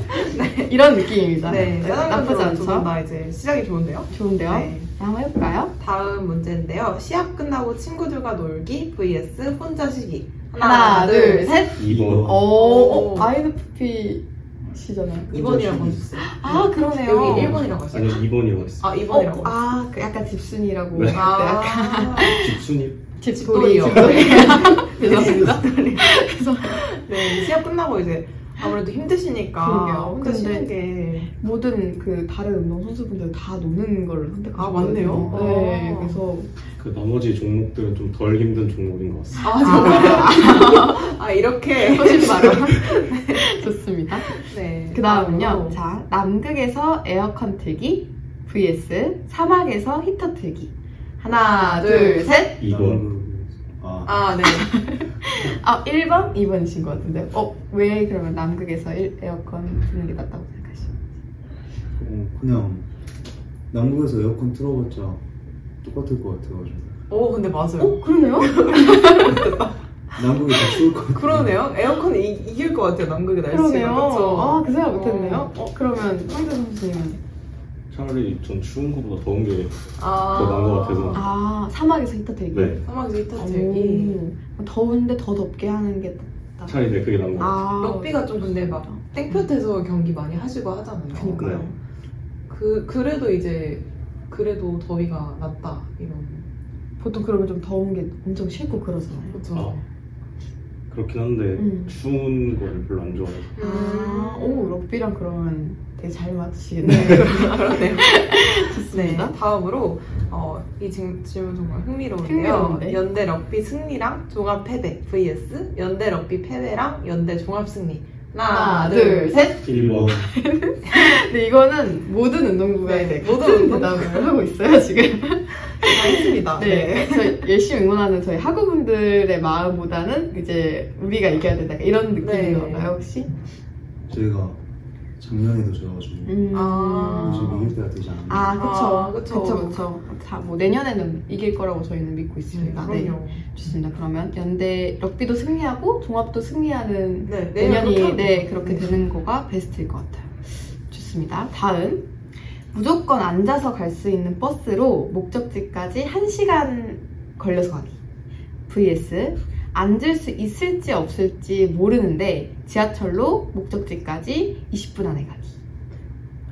이런 느낌입니다.
네,
아, 나쁘지
짜장면
않죠?
두분다 이제 시작이 좋은데요?
좋은데요?
네.
자, 한번 해볼까요?
다음 문제인데요. 시합 끝나고 친구들과 놀기 vs 혼자 쉬기.
하나, 둘, 셋.
2번.
오,
오.
어, INFP 시잖아요.
2번이라고 해주세요.
아, 그러네요.
여기 1번이라고 하시죠.
어. 아니요, 2번이라고 했어요.
아,
어,
2번이라고.
아, 그 약간 집순이라고.
네.
아,
집순이.
집돌이요. 죄송합니다. 그래서
네, 시합 끝나고 이제 아무래도 힘드시니까
그러게요.
혼자
근데-
쉬는 게
모든 그 다른 운동 선수분들 다 노는 걸 선택하셨어요.
아, 맞네요.
네,
아.
그래서
그 나머지 종목들은 좀 덜 힘든 종목인 것 같습니다.
아, 정말요? 아, 이렇게
훨씬 말아. 좋습니다.
네.
그 다음은요. 자, 남극에서 에어컨 틀기 vs 사막에서 히터 틀기. 하나, 둘, 셋.
2번.
아,
아, 네.
아, 1번, 2번이신 것 같은데. 요 어, 왜 그러면 남극에서 일- 에어컨 트는 게 낫다고 생각하시죠?
어, 그냥 남극에서 에어컨 틀어봤자 똑같을 것 같아가지고
오, 근데 맞아요.
어, 그러네요?
남극이 더 추울 것 같아요.
그러네요. 에어컨이 이, 이길 것 같아요, 남극의 날씨가.
그러네요.
그쵸?
아, 그 생각 못 했네요. 어, 그러면 황재 선수님은?
차라리 전 추운 것보다 더운 게
아.
더 나은 것 같아서.
아, 사막에서 히터 틀기.
네.
사막에서 히터 들기.
오, 더운데 더 덥게 하는 게 낫다.
차라리 네, 그게 나은 것 같아요.
아,
럭비가 좀 근데 막 땡볕에서 경기 많이 하시고 하잖아요.
그니까요.
네.
그, 그래도 이제, 그래도 더위가 낫다. 이런.
보통 그러면 좀 더운 게 엄청 싫고 그러잖아요.
그쵸.
아. 그렇긴 한데
음.
추운 걸 별로 안 좋아해요.
아, 오, 럭비랑 그러면 되게 잘 맞으시겠네요.
네, 그러네요. 네,
좋습니다.
다음으로 어, 이 지금 질문 정말 흥미로운데요.
흥미로운데?
연대 럭비 승리랑 종합 패배 vs 연대 럭비 패배랑 연대 종합 승리. 하나,
하나,
둘,
둘, 셋.
1번.
근데 이거는 모든 운동부가
네,
이제
모든
같은
운동부.
대답을 하고 있어요, 지금.
다 했습니다.
네. 저희 열심히 응원하는 저희 학우분들의 마음보다는 이제 우리가 이겨야 된다. 이런
네.
느낌인 건가요, 혹시?
저희가 작년에도 져가지고
음.
아.
요즘 이길 때가 되지 않나요?
아, 그쵸.
아, 그쵸.
그쵸. 그쵸, 자, 뭐, 내년에는 이길 거라고 저희는 믿고 있습니다. 네.
그럼요.
좋습니다. 그러면 연대 럭비도 승리하고 종합도 승리하는
네,
내년이
그렇게
네
하면
그렇게
돼요.
되는 거가 베스트일 것 같아요. 좋습니다. 다음 무조건 앉아서 갈 수 있는 버스로 목적지까지 1시간 걸려서 가기 vs 앉을 수 있을지 없을지 모르는데 지하철로 목적지까지 20분 안에 가기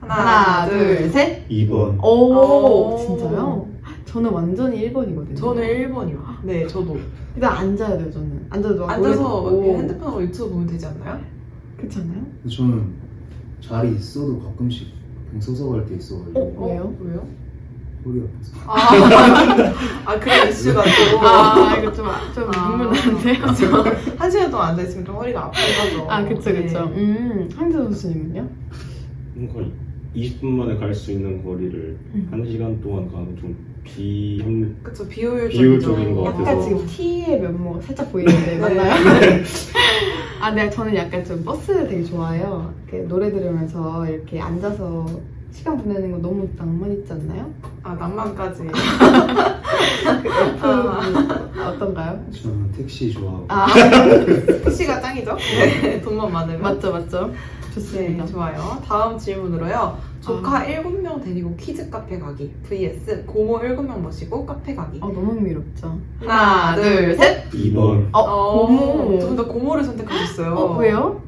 하나 둘 셋
2번.
오,
오.
진짜요? 저는 완전히 1번이거든요
저는 1번이요. 네, 저도.
일단 앉아야 돼요 저는 앉아도
앉아서
모르겠고.
이렇게 핸드폰으로 유튜브 보면 되지 않나요?
그렇지 않아요?
근데 저는 자리 있어도 가끔씩 그냥 서서 갈 때 있어가지고
어? 왜요?
왜요?
허리 아파서
아, 아 그런 이슈가 또.
아 이거 좀좀 무문한데요?
한
네.
시간 동안 앉아있으면 좀 허리가 아픈 거죠.
아 그쵸 그쵸.
네.
음 황재 선수님은요?
거의 20분 만에 갈 수 있는 거리를
음.
한 1시간 동안 가면 좀 비협
그쵸 비효율적인
비효율적인 것
약간
그래서-
지금 T의 면모 살짝
네.
보이는데 맞나요? 아, 네, 저는 약간 좀 버스를 되게 좋아해요. 이렇게 노래 들으면서 이렇게 앉아서 시간 보내는 거 너무 낭만 있지 않나요?
아 낭만까지
아. 어떤가요?
저는 택시 좋아하고
아,
택시가 짱이죠 네, 돈만 많으면
네. 맞죠, 맞죠. 좋습니다. 아.
네, 좋아요. 다음 질문으로요. 조카 7명 데리고 키즈 카페 가기 vs 고모 7명 모시고 카페 가기.
어, 너무 흥미롭죠.
하나, 둘, 셋.
2번
어, 고모.
두분다 고모를 선택하셨어요.
어, 왜요?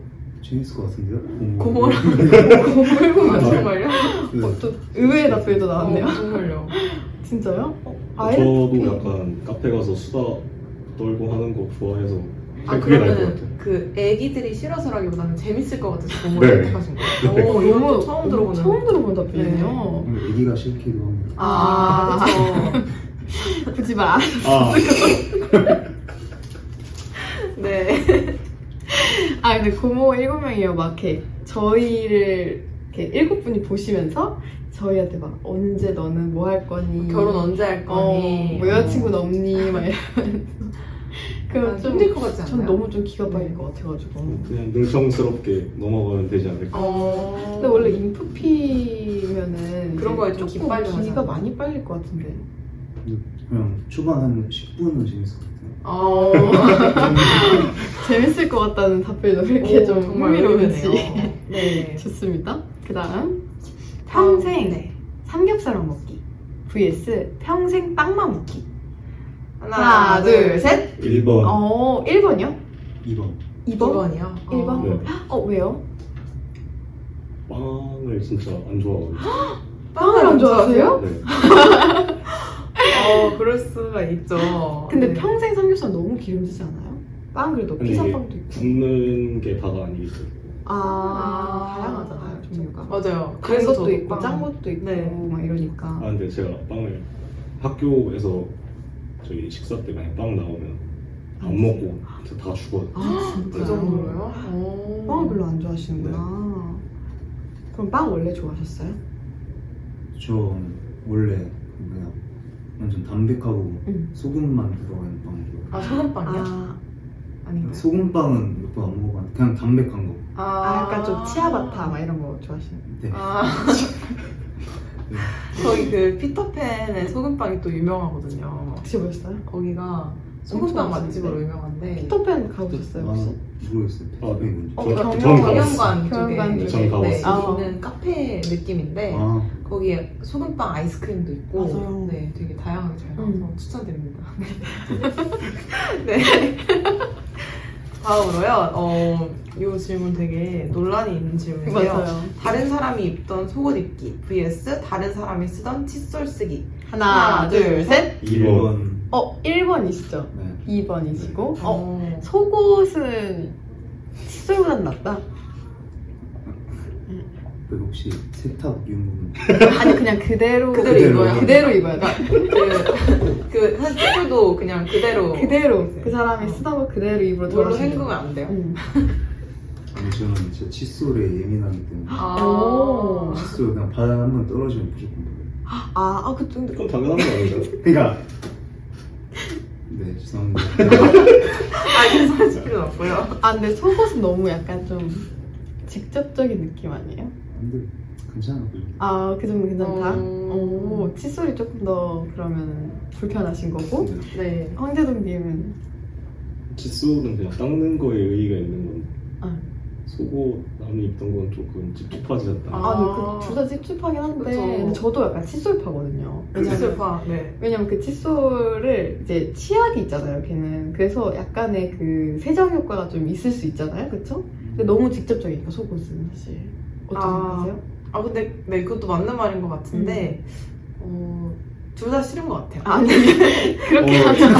재밌을 것 같은데요?
고모랑
고모.
아, 정말요?
네.
어, 또 의외의 답변도 아, 나왔네요.
어, 정말요.
진짜요? 어, 아예?
저도 약간 카페 가서 수다 떨고 하는 거 좋아해서 그게 나을 것 같아요
그 애기들이 싫어서라기보다는 재밌을 것 같아서 고모를
네.
선택하신 거예요. 오, 이건 또 처음 들어보는.
어, 처음 들어본 답변이네요.
애기가 싫기도 합니다.
아, 그렇죠.
굳이 말 안.
아
네.
아 근데 고모 일곱 명이요 막 이렇게 저희를 이렇게 일곱 분이 보시면서 저희한테 막 언제 너는 뭐 할 거니
결혼 언제 할 거니?
어, 뭐 여자친구는 없니 막 이러면서
약간
그럼 좀
힘들 것 같지 않아요?
전 너무 좀 기가 빨릴 것 같아가지고
그냥 늘정스럽게 넘어가면 되지 않을까
어.
근데 원래 인프피면은
그런 거에 좀
조금
기빨려
기가
하잖아.
많이 빨릴 것 같은데
그냥 초반 한 10분은 재밌을 것 같아요.
어.
재밌을 것 같다는 답변이 너무 이렇게
오,
좀
정말
흥미로운지
의외네요. 네.
좋습니다 그 다음
평생
평생 삼겹살만 먹기 vs 평생 빵만 먹기
하나,
하나, 둘,
둘, 셋.
1번
어 1번이요?
2번.
2번?
이요
1번?
네.
어 왜요?
빵을 진짜 안 좋아하거든요
빵을 안 좋아하세요?
네.
어, 그럴 수가 있죠.
근데
네.
평생 삼겹살 너무 기름지지 않아요? 빵 그래도
근데
피자빵도
이게
있고
굽는 게 다가 아니기 때문에
아,
아.
다양하잖아요 종류가
맞아요.
단
그래서
것도
저도
있고
빵.
짠 것도 있고
네.
막 이러니까
아 근데 제가 빵을 학교에서 저희 식사 때 만약 빵 나오면 안 먹고 진짜 다 죽어요
아 진짜
그 정도로요? 네. 어.
빵을 별로 안 좋아하시는구나 그럼 빵 원래 좋아하셨어요?
저 원래 그냥 완전 담백하고
응.
소금만 들어간 빵 좋아해요.
아, 소금빵이야? 아, 닌가요
소금빵은 몇 번 안 먹어봤는데 그냥 담백한 거.
아,
아 약간 좀 치아바타 막 이런 거 좋아하시는
네.
아.
네.
저희 그 피터팬의 소금빵이 또 유명하거든요.
드셔보셨어요?
거기가
엄청
소금빵 맛집으로
맛있는데.
유명한데.
피터팬 가보셨어요 혹시?
아, 모르겠어요.
아, 네.
뭔지.
어,
저-
경영-
저는 가봤어요
경영관 쪽에
경영관
네,
쪽에.
네,
아.
어.
있는 카페
네.
느낌인데
아,
거기에 소금빵 아이스크림도 있고
맞아요.
네 되게 다양하게 잘 나와서
음.
추천드립니다. 네. 다음으로요. 어, 이 질문 되게 논란이 있는 질문인데요. 다른 사람이 입던 속옷 입기 vs 다른 사람이 쓰던 칫솔 쓰기.
하나,
하나,
둘,
둘,
셋.
2번
어, 1번이시죠?
네.
2번이시고. 어,
어.
속옷은 칫솔보단 낫다?
그 혹시 세탁 유무
아니, 그냥 그대로. 그러니까
그대로
입어요?
그대로 입어야 돼.
그, 그 사실 칫솔도 그냥 그대로
그대로. 그 사람이 쓰던 거 그대로 음. 입으로
물로
돌아가시면
헹구면 안 돼요.
응.
아니 저는 진짜 칫솔에 예민하기 때문에
아.
오.
칫솔 그냥 바닥 한번 떨어지면 무조건 먹어요.
아, 아, 그, 근데.
그럼 당연한 거 아닌가요?
그러니까 네 죄송합니다.
아, 칫솔 필요 없고요.
아, 근데 속옷은 너무 약간 좀 직접적인 느낌 아니에요?
근데 괜찮아 그래도.
아, 그 정도 괜찮다.
음.
오, 어, 칫솔이 조금 더 그러면 불편하신 거고.
네.
네.
황제동님은.
칫솔은 그냥 닦는 거에 의의가 있는 건데
아.
속옷 남이 입던 건 조금 찝찝하지 않다
아.
아, 근데 둘다 찝찝하긴 한데.
그쵸.
근데 저도 약간 칫솔파거든요.
칫솔파. 네.
왜냐면 그 칫솔을 이제 치약이 있잖아요, 걔는. 그래서 약간의 그 세정 효과가 좀 있을 수 있잖아요, 그쵸? 근데 너무 직접적이니까, 속옷은 사실. 어떻게
아.
생각하세요?
아 근데 네 그것도 맞는 말인 것 같은데
음.
어, 둘 다 싫은 것 같아요.
아니, 그렇게
어.
하면.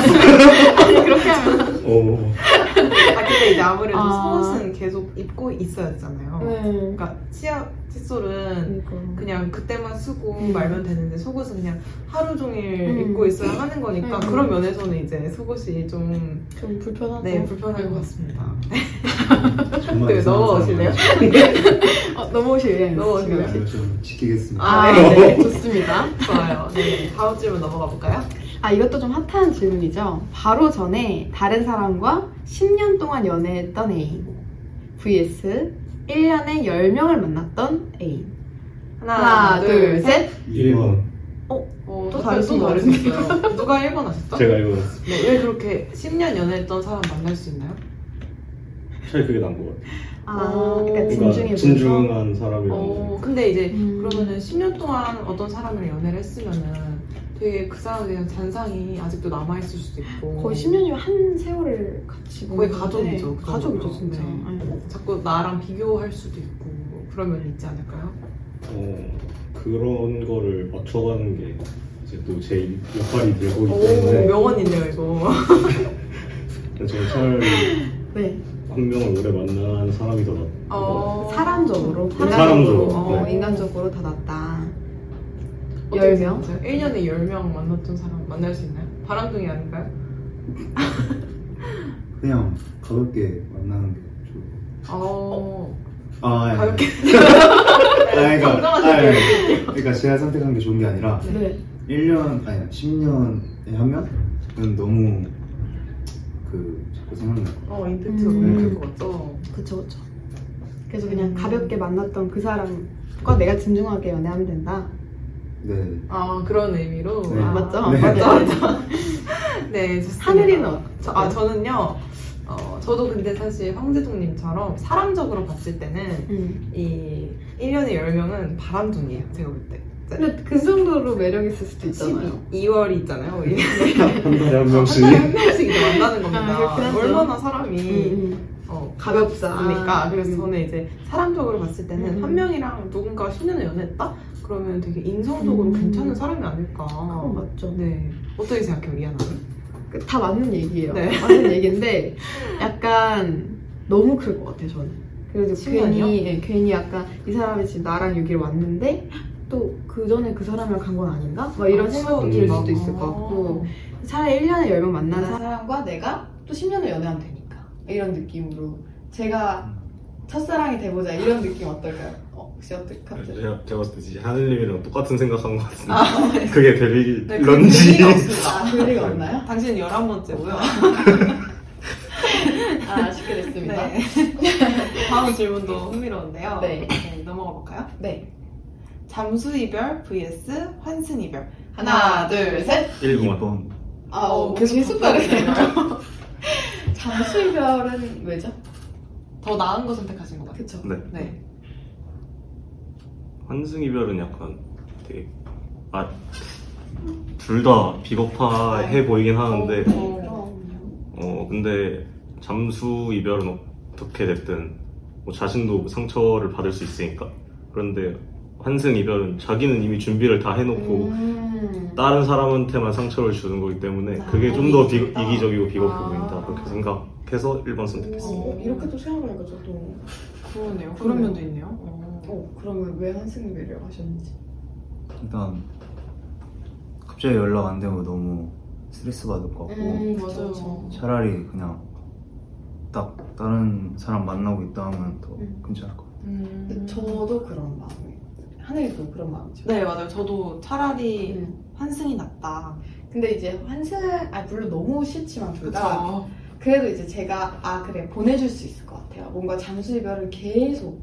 아니, 그렇게 하면.
어,
아 근데 이제 아무래도
아.
속옷은 계속 입고 있어야 되잖아요.
네.
그러니까 치아 칫솔은
그러니까.
그냥 그때만 쓰고
음.
말면 되는데 속옷은 그냥 하루 종일
음.
입고 있어야 하는 거니까
음.
그런 면에서는 이제 속옷이 좀
좀 불편하죠.
네, 불편할 것 같습니다.
정말
그
이상한
넘어오실래요?
사람이에요.
어, 넘어오실래요?
넘어오실래요?
지금?
네, 좀 지키겠습니다.
아, 네, 좋습니다.
좋아요. 네, 다음 질문 넘어가 볼까요?
아, 이것도 좀 핫한 질문이죠. 바로 전에 다른 사람과 10년 동안 연애했던 애인. vs 1년에 10명을 만났던 애인.
하나,
하나, 둘, 셋.
1번.
어,
또
또
다를
다를
수
수
있나요?
있어요. 누가 1번 하셨죠?
제가 이거
네, 왜 그렇게 10년 연애했던 사람 만날 수 있나요?
차라리 그게 나은 것 같아요.
아,
오.
그러니까
그러니까
진중해 보여서.
진중한
네.
사람이라서
어, 근데 이제
음.
그러면은 10년 동안 어떤 사람을 연애를 했으면은 되게 그 사람에 대한 잔상이 아직도 남아있을 수도 있고
거의 10년이면 한 세월을 같이
거의
보냈는데
가족이죠, 그
네, 가족이죠,
정도면.
진짜. 네.
자꾸 나랑 비교할 수도 있고 뭐 그런 면이 있지 않을까요?
어, 그런 거를 맞춰가는 게 이제 또 제 역할이
네.
되고 있기
오,
때문에
명언이네요, 이거.
저는 차라리
네.
한 명을 오래 만난 사람이 더 낫.
어,
사람적으로.
사람적으로,
어,
네.
인간적으로 다 낫다.
어떻게
10명?
생각하세요? 1년에 10명 만났던 사람 만날 수 있나요? 바람둥이 아닌가요?
그냥 가볍게 만나는 게 좋을 것 같아요.
어,
아, 예.
가볍게.
아, 그러니까,
네, 건강하실
아, 예. 그러니까 제가 선택한 게 좋은 게 아니라
네.
1년, 아니 10년에 한 명은 너무 그 자꾸 생각날 것
어, 임팩트가
음.
너무 클 것 같죠?
그쵸, 그쵸. 그래서 그냥 가볍게 만났던 그 사람과 내가 진중하게 연애하면 된다.
같아요. 네.
아, 그런 의미로.
네.
아,
맞죠?
네.
맞죠? 맞죠?
네, 좋습니다.
하늘이는 어-
저, 아, 저는요. 어, 저도 근데 사실 황제동님처럼 사람적으로 봤을 때는
음.
이 1년에 10명은 바람둥이에요, 제가 볼 때.
근데 그 정도로 매력 있을 수도 있잖아요.
12월이 있잖아요. 우리. 네.
한 달에 한 명씩.
한 달에 한 명씩 이제 만나는 겁니다.
아, 그렇긴 하죠.
얼마나 사람이
음,
어,
가볍다.
가볍습니까? 그래서
음.
저는 이제 사람적으로 봤을 때는
음.
한 명이랑 누군가 10년을 연애했다? 그러면 되게 인성적으로
음.
괜찮은 사람이 아닐까.
어, 맞죠.
네. 어떻게 생각해요, 미안하게?
그다 맞는 얘기예요.
네.
맞는 얘기인데 약간 너무 클 것 같아요, 저는. 그래서
시간이요?
괜히, 예, 괜히 약간 이 사람이 지금 나랑 여기를 왔는데 또 그 전에 그 사람이랑 간 건 아닌가? 막 이런 생각도 들 수도 있을 것 같고 음. 차라리 1년에 10명 만나는
음.
사람과 내가 또 10년을 연애하면 되니까 이런 느낌으로 제가
음.
첫사랑이 돼보자 이런 느낌 어떨까요? 어, 혹시 어떡하죠?
제가, 제가 봤을 때 진짜 하늘님이랑 똑같은 생각한 것 같은데
아, 네.
그게 네. 될런지
의미가 없습니다.
아, 그럴 리가 없나요?
당신은 11번째고요.
아, 아쉽게 됐습니다.
네. 다음 질문도 흥미로운데요.
네.
넘어가 볼까요?
네.
잠수 이별 vs 환승 이별.
하나, 둘, 셋!
1번
2번.
아, 어,
어,
계속
계속
습관이네요.
바뀌네요.
잠수이별은 왜죠?
더 나은 거 선택하신 것 같아요.
그쵸.
네
네.
환승이별은 약간 되게 아, 아둘 다 비겁해 보이긴
어.
하는데
어.
어 근데 잠수 이별은 어떻게 됐든 뭐 자신도 상처를 받을 수 있으니까 그런데 환승 이별은 자기는 이미 준비를 다 해놓고
음.
다른 사람한테만 상처를 주는 거기 때문에 그게 좀 더 이기적이고 비겁해
아.
보인다 그렇게 생각해서 1번 선택했습니다
어, 이렇게 또 생각해보니까 저도 그러네요.
그러네요. 그런 면도 있네요. 어.
어, 그러면 왜 한승이별을 하셨는지
일단 갑자기 연락 안 되고 너무 스트레스 받을 것 같고
음,
맞아요.
그쵸,
차라리 그냥 딱 다른 사람 만나고 있다 하면 더
음.
괜찮을 것 같아요.
음.
근데 저도 그런 마음이에요 하늘이도 그런 마음이죠
네 맞아요. 저도 차라리
음.
환승이 낫다.
근데 이제 환승, 아 물론 너무 싫지만 둘 다.
그쵸.
그래도 이제 제가 아 그래 보내줄 수 있을 것 같아요. 뭔가 잠수 이별을 계속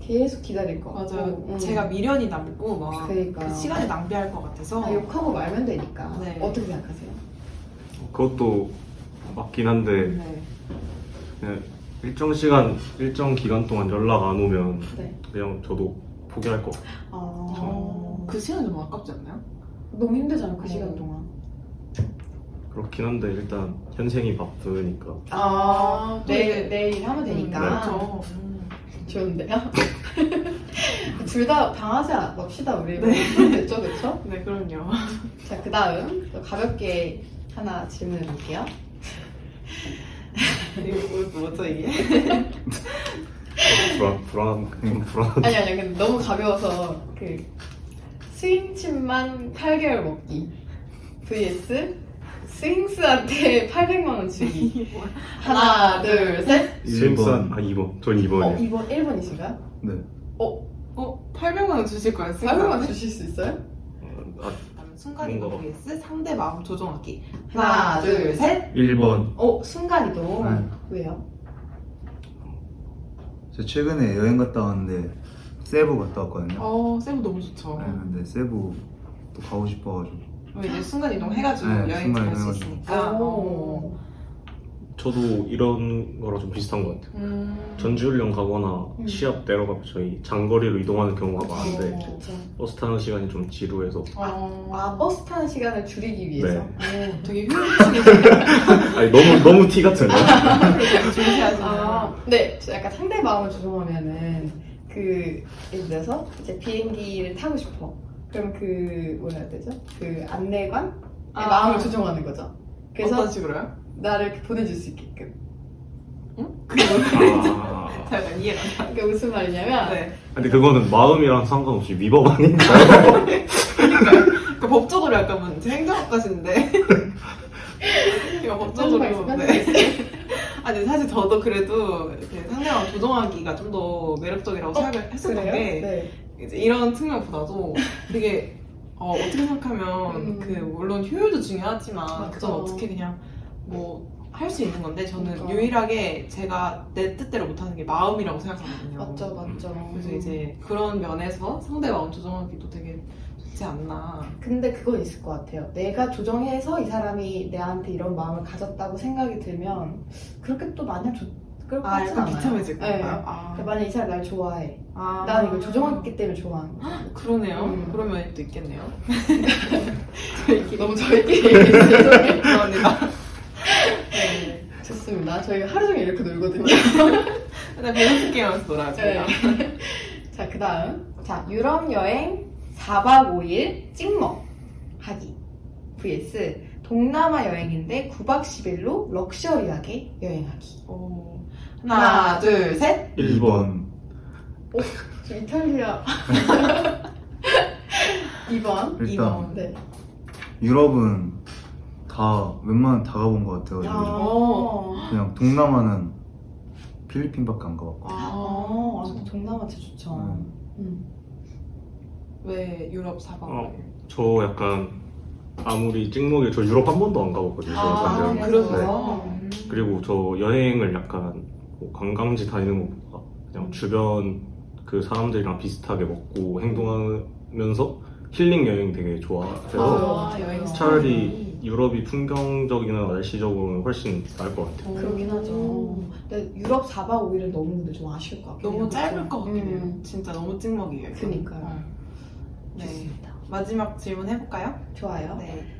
계속 기다릴 것 같고.
맞아요.
음.
제가 미련이 남고 막
그러니까
그 시간을 낭비할 것 같아서.
아, 욕하고 말면 되니까.
네.
어떻게 생각하세요? 음.
그것도 맞긴 한데
네.
그냥 일정 시간 일정 기간 동안 연락 안 오면
네.
그냥 저도 포기할 것 같아요
어...
그 시간이 너무 아깝지 않나요?
너무 힘들잖아 그
어.
시간 동안.
그렇긴 한데 일단 현생이 바쁘니까
아, 또
내일
이제-
내일 네. 하면 되니까.
그렇죠. 음.
좋은데요? 둘 다 당하지 맙시다 우리.
네.
그렇죠 그렇죠.
네 그럼요.
자, 그 다음 가볍게 하나 질문해 볼게요.
이거
뭐죠 이게?
불안, 불안, 좀 불안.
아니 아니 근데 너무 가벼워서 그 스윙칩만 8개월 먹기 vs 스윙스한테 800만 원 주기 하나 둘셋
스윙스한, 아, 2번. 전
어,
2번이에요.
이번 1번이신가요?
네.
어? 800만 원 주실 거예요?
800만 원 주실 수 있어요?
아,
그다음 순간 이동
뭔가
vs 상대 마음 조종하기.
하나 둘셋
1번.
어, 순간이동
네.
왜요?
저 최근에 여행 갔다 왔는데 세부 갔다 왔거든요.
어, 세부 너무 좋죠.
네, 근데 세부 또 가고 싶어가지고.
왜 이제 순간 이동 해가지고
네,
여행 갈 수
순간이동
아,
있으니까. 어.
오.
저도 이런 거랑 좀 비슷한 것 같아요.
음.
전지훈련 가거나
음.
시합 내려가고 저희 장거리로 이동하는 경우가 많은데
그렇죠.
버스 타는 시간이 좀 지루해서
어.
아, 버스 타는 시간을 줄이기 위해서.
네.
오, 되게 효율적이게
아니, 너무 너무 티 같은데. 아.
중시하시네요.
아, 네. 저 약간 상대 마음을 조종하면은 그 예를 들어서 이제 비행기를 타고 싶어. 그럼 그 뭐라 해야 되죠? 그 안내관의
아.
마음을 조종하는 거죠. 그래서
어떤 식으로요?
나를 이렇게 보내줄 수 있게끔.
아.
잘 약간 이해가 안
그러니까 무슨 말이냐면
돼. 네.
근데 그거는 마음이랑 상관없이 위법 아닌가요?
그러니까 법적으로 약간 뭐 이제 행정학과신데. 이거
말씀
법적으로.
하세요.
네. 아니, 네, 사실 저도 그래도 이렇게 상대방 조종하기가 좀 더 매력적이라고 생각을 했었던
어, 그래요?
게.
네.
이제 이런 측면보다도 되게 어, 떻게 생각하면
음.
그 물론 효율도 중요하지만
맞죠.
그건 어떻게 그냥 뭐 할 수 있는 건데 저는
그러니까.
유일하게 제가 내 뜻대로 못하는 게 마음이라고 생각하거든요.
맞죠, 맞죠.
어. 그래서 이제 그런 면에서 상대 마음 조정하기도 되게 좋지 않나.
근데 그건 있을 것 같아요. 내가 조정해서 이 사람이 내한테 이런 마음을 가졌다고 생각이 들면 그렇게 또 마냥 좋 그럴 것
아
같진
약간
않아요.
비참해질
네.
건가요? 아,
그러니까 만약 이 사람 날 좋아해.
아.
난 이거 조정했기 때문에 좋아하는 거야.
그러네요.
음.
그런 면이 또 있겠네요.
너무 저희끼리 죄송해요.
네, 감사합니다.
네. 좋습니다. 저희가 하루 종일 이렇게 놀거든요.
일단 밸런스 게임하면서 놀아요. 저희가.
네. 자, 그 다음. 자, 유럽 여행 4박 5일 찍먹 하기. vs 동남아 여행인데 9박 10일로 럭셔리하게 여행하기.
오.
하나, 둘, 셋.
1번.
저 이탈리아 2번
일단
이번.
네.
유럽은 다 웬만한 다 가본 것
어,
같아요.
아,
그냥 동남아는 필리핀밖에 안 가봤고.
아,
아, 저 동남아 진짜 좋죠.
음.
음.
왜 유럽 사방?
어. 저 약간 아무리 찍먹이 저 유럽 한 번도 안 가봤거든요.
아,
저는 사실.
그래서?
네.
그리고 저 여행을 약간 뭐 관광지 다니는 것보다 그냥 주변 그 사람들이랑 비슷하게 먹고 행동하면서 힐링 여행 되게 좋아해서
아,
여행
맞아요.
차라리 유럽이 풍경적이나 날씨적으로는 훨씬 나을 것 같아요.
음. 그러긴
음.
하죠. 근데 유럽 4박 5일은 너무 근데 좀 아쉬울 것 같아요.
너무 짧을 것 같긴 해요.
음.
진짜 너무 찍먹이에요. 이거.
그니까요.
어. 네.
좋습니다.
마지막 질문 해볼까요?
좋아요.
네.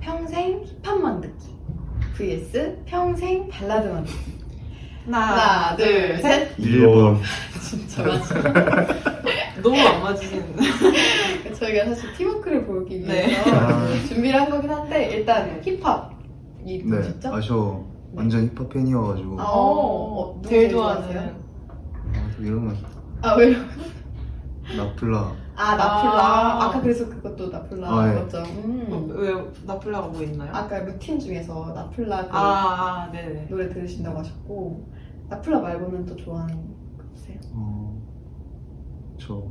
평생 힙합만 듣기 vs 평생 발라드만 듣기.
하나, 둘, 셋.
일본.
진짜 맞아.
너무 안 맞으시는데.
저희가 사실 팀워크를 보기 위해서
네.
아,
준비를 한 거긴 한데 일단 힙합 이
네.
진짜
아쉬워. 완전 힙합 팬이어가지고.
아,
아,
어, 누구 제일
제일
좋아하세요?
좋아하는.
또 이러면
아 왜요?
나플라.
아 나플라
아.
아. 까 그래서 그것도 나플라
아, 예.
맞죠?
어,
음.
왜 나플라가 뭐 있나요?
아까 네. 루틴 중에서 나플라 그
아, 아, 네네.
노래 들으신다고 하셨고 나플라 말고는 또 좋아하는 거 있으세요?
어, 저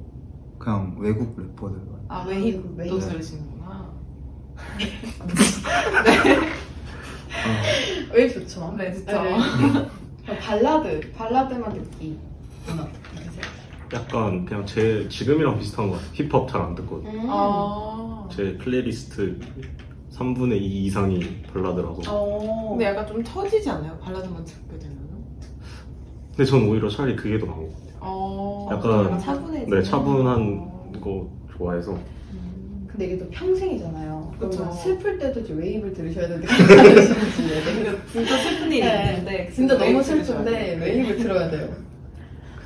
그냥 외국 래퍼들.
아, 웨이브
웨이브,
또
웨이브.
들으시는구나.
아,
왜 좋죠? 네.
네, 좋죠.
그럼 발라드 발라드만 듣기 누나 어떠세요?
약간 그냥 제 지금이랑 비슷한 것 같아요. 힙합 잘 안 듣거든요.
음. 어.
아.
제 플레이리스트 3분의 2 이상이 발라드라서.
어.
근데 약간 좀 처지지 않아요? 발라드만 듣게 되면?
근데 전 오히려 차라리 그게 더 나은 것 같아요.
어.
약간-
차분해지
네, 차분한 거 좋아해서.
어.
근데 이게 또 평생이잖아요.
그쵸.
그러면 슬플 때도 이제 웨이브를 들으셔야 되는데 괜찮으신지
근데 진짜 슬픈 일이
네.
있는데
진짜 너무
웨이브
슬픈데
들으셔야 돼요.
웨이브 들어야 돼요.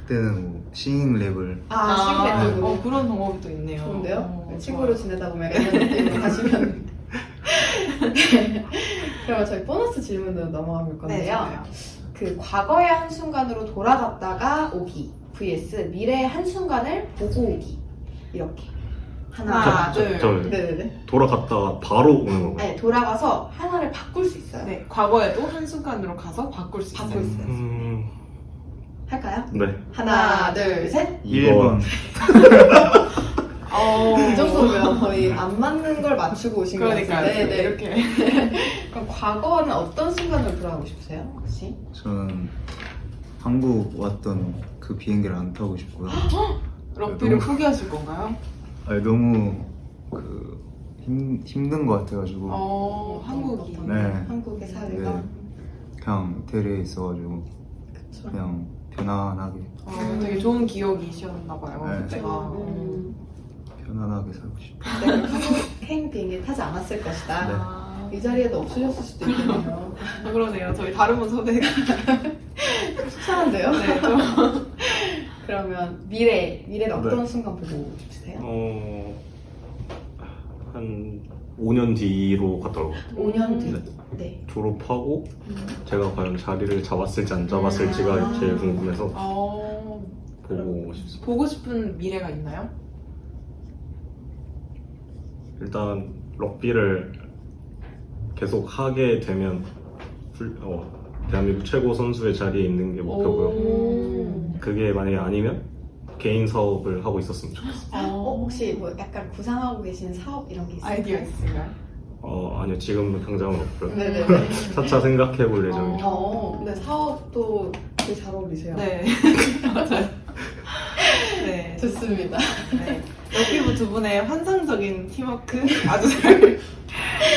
그때는 뭐 싱잉 랩을
아,
아,
시그널
어, 그런 방법이 또 있네요.
좋은데요?
어,
친구로
좋아요.
지내다 보면 약간 이런 느낌으로 가시면 그러면 저희 보너스 질문으로 넘어가 볼
네,
건데요.
좋아요.
그 과거의 한순간으로 돌아갔다가 오기 vs 미래의 한순간을 보고 오기 이렇게 하나
하나,
둘
둘.
잠깐만요.
네네네
돌아갔다가 바로 오는 건가요?
네, 돌아가서 하나를 바꿀 수 있어요
네, 과거에도 한순간으로 가서 바꿀 수
바꿀
있어요.
수 있어요
음,
할까요?
네.
하나 둘셋이
1번.
어,
그 정도면 거의 안 맞는 걸 맞추고 오신 것
그러니까
같은데 네.
이렇게
그럼 과거는 어떤 순간으로 돌아가고 싶으세요? 혹시?
저는 한국 왔던 그 비행기를 안 타고 싶고요.
럭비를 포기하실 건가요?
음.
아니, 너무 그 힘, 힘든 것 같아가지고
어, 한국이.
어떤-
네.
한국의 사회가
네. 그냥 이태리에 있어가지고
그쵸.
네. 그냥 편안하게
어, 되게 좋은 기억이셨나 봐요.
네.
그때가.
음.
편안하게 살고 싶어요.
네, 한국행 비행기 타지 않았을 것이다.
네.
아,
이 자리에도 없으셨을 수도 있겠네요.
그러네요. 저희 다른 분 선배가
속상한데요?
네, 좀
그러면 미래, 미래는 어떤 순간 보고 싶으세요?
어, 한 5년 뒤로 갔더라고요.
5년 뒤.
네. 음.
네.
졸업하고 제가 과연 자리를 잡았을지 안 잡았을지가
음.
제일 궁금해서
어,
보고 싶습니다.
보고 싶은 미래가 있나요?
일단 럭비를 계속 하게 되면 훌- 어, 대한민국 최고 선수의 자리에 있는 게 목표고요.
오.
그게 만약에 아니면 개인 사업을 하고 있었으면 좋겠어요.
어, 혹시 뭐 약간 구상하고 계신 사업 이런 게 있어요?
아이디어 있으신가요?
어, 아니요 지금은 당장은 없고요.
네네.
음.
차차 생각해 볼 예정입니다.
어, 근데 사업도 되게 잘 어울리세요.
네. 맞아요. 네.
좋습니다.
네. 여기부 두 분의 환상적인 팀워크 아주 잘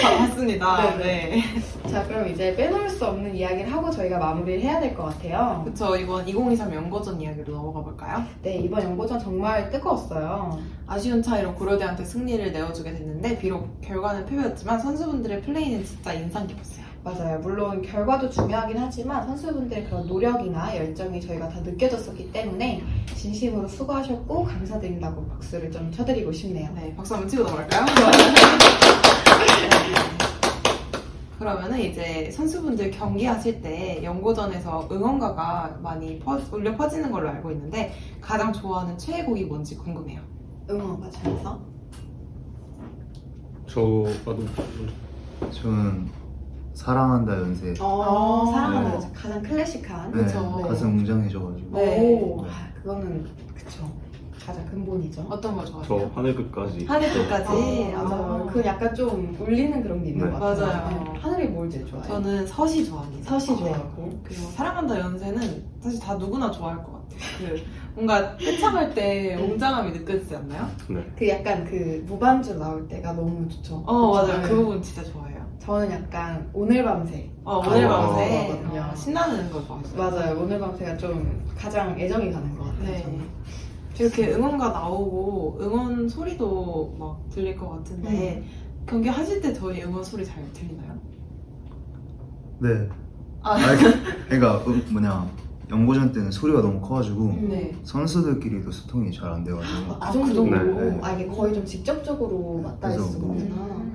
봤습니다.
네.
네.
자, 그럼 이제 빼놓을 수 없는 이야기를 하고 저희가 마무리를 해야 될 것 같아요.
그쵸. 이번 2023 연거전 이야기로 넘어가 볼까요?
네, 이번 연고전 정말 뜨거웠어요.
아쉬운 차이로 고려대한테 승리를 내어주게 됐는데 비록 결과는 패배였지만 선수분들의 플레이는 진짜 인상 깊었어요.
맞아요. 물론 결과도 중요하긴 하지만 선수분들의 그런 노력이나 열정이 저희가 다 느껴졌었기 때문에 진심으로 수고하셨고 감사드린다고 박수를 좀 쳐드리고 싶네요.
네, 박수 한번 치고 넘어갈까요? 그러면은 이제 선수분들 경기하실 때 연고전에서 응원가가 많이 퍼, 울려 퍼지는 걸로 알고 있는데 가장 좋아하는 최애곡이 뭔지 궁금해요.
응원과 잘해서.
저도
저는 사랑한다 연세
어, 사랑하는
네.
여자. 가장 클래식한.
네,
아, 그쵸.
가슴 웅장해져가지고
네.
오, 아, 그거는 그쵸. 가장 근본이죠.
어떤 걸 좋아하세요?
저 하늘 끝까지
하늘 끝까지.
아,
맞아요.
맞아요. 그 약간 좀 울리는 그런 게 있는
네.
것 같아요.
맞아요.
네. 하늘이 뭘 제일 좋아해요?
저는 서시 좋아합니다.
서시 좋아하고.
그리고 사랑한다 연세는 사실 다 누구나 좋아할 것 같아요. 그 뭔가 끝창할 때 웅장함이 느껴지지 않나요?
그 약간 그 무반주 나올 때가 너무 좋죠. 그쵸?
어 맞아요.
네.
그 부분 진짜 좋아해요.
저는 약간 오늘 밤새
어, 오늘
아,
밤새
맞거든요.
어, 신나는 걸 좋아했어요.
맞아요 오늘 밤새가 좀 가장 애정이 가는 것 같아요
네.
저는.
이렇게 응원가 나오고 응원 소리도 막 들릴 것 같은데
음.
경기 하실 때 저희 응원 소리 잘 들리나요?
네.
아.
아니, 그러니까 그 뭐냐 연고전 때는 소리가 너무 커가지고
음.
네.
선수들끼리도 소통이 잘 안 돼가지고
아, 그 정도로
네, 네.
아 이게 거의 좀 직접적으로 맞닿을
그래서
수가
뭐-
없구나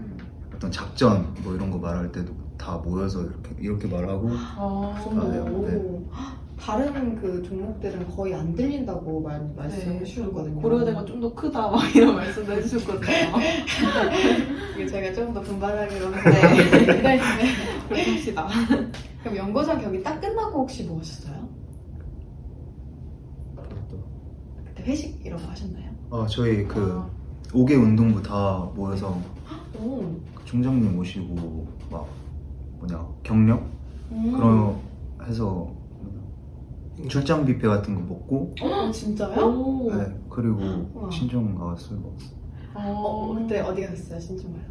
어떤 작전 뭐 이런 거 말할 때도 다 모여서 이렇게 이렇게 말하고
어,
그
아,
정도로
네.
헉, 다른 그 종목들은 거의 안 들린다고 말, 말씀을 해주셨거든요
고려대가 좀 더 크다 막 이런 말씀도 해주셨거든요.
이게 제가 조금 더 분발하기로
네.
하는데 네.
그렇게 합시다.
그럼 연고전 경기 딱 끝나고 혹시 뭐 하셨어요?
또,
그때 회식 이런 거 하셨나요?
아 저희 그
아.
5개 운동부 다 모여서
오
그 총장님 오시고 막 뭐냐 경력
음.
그런 거 해서 뭐냐, 출장 뷔페 같은 거 먹고
어, 진짜요?
아, 오.
네, 그리고
우와.
신청 가술 먹었어요
어,
어,
그때 어디 갔어요 신청해서?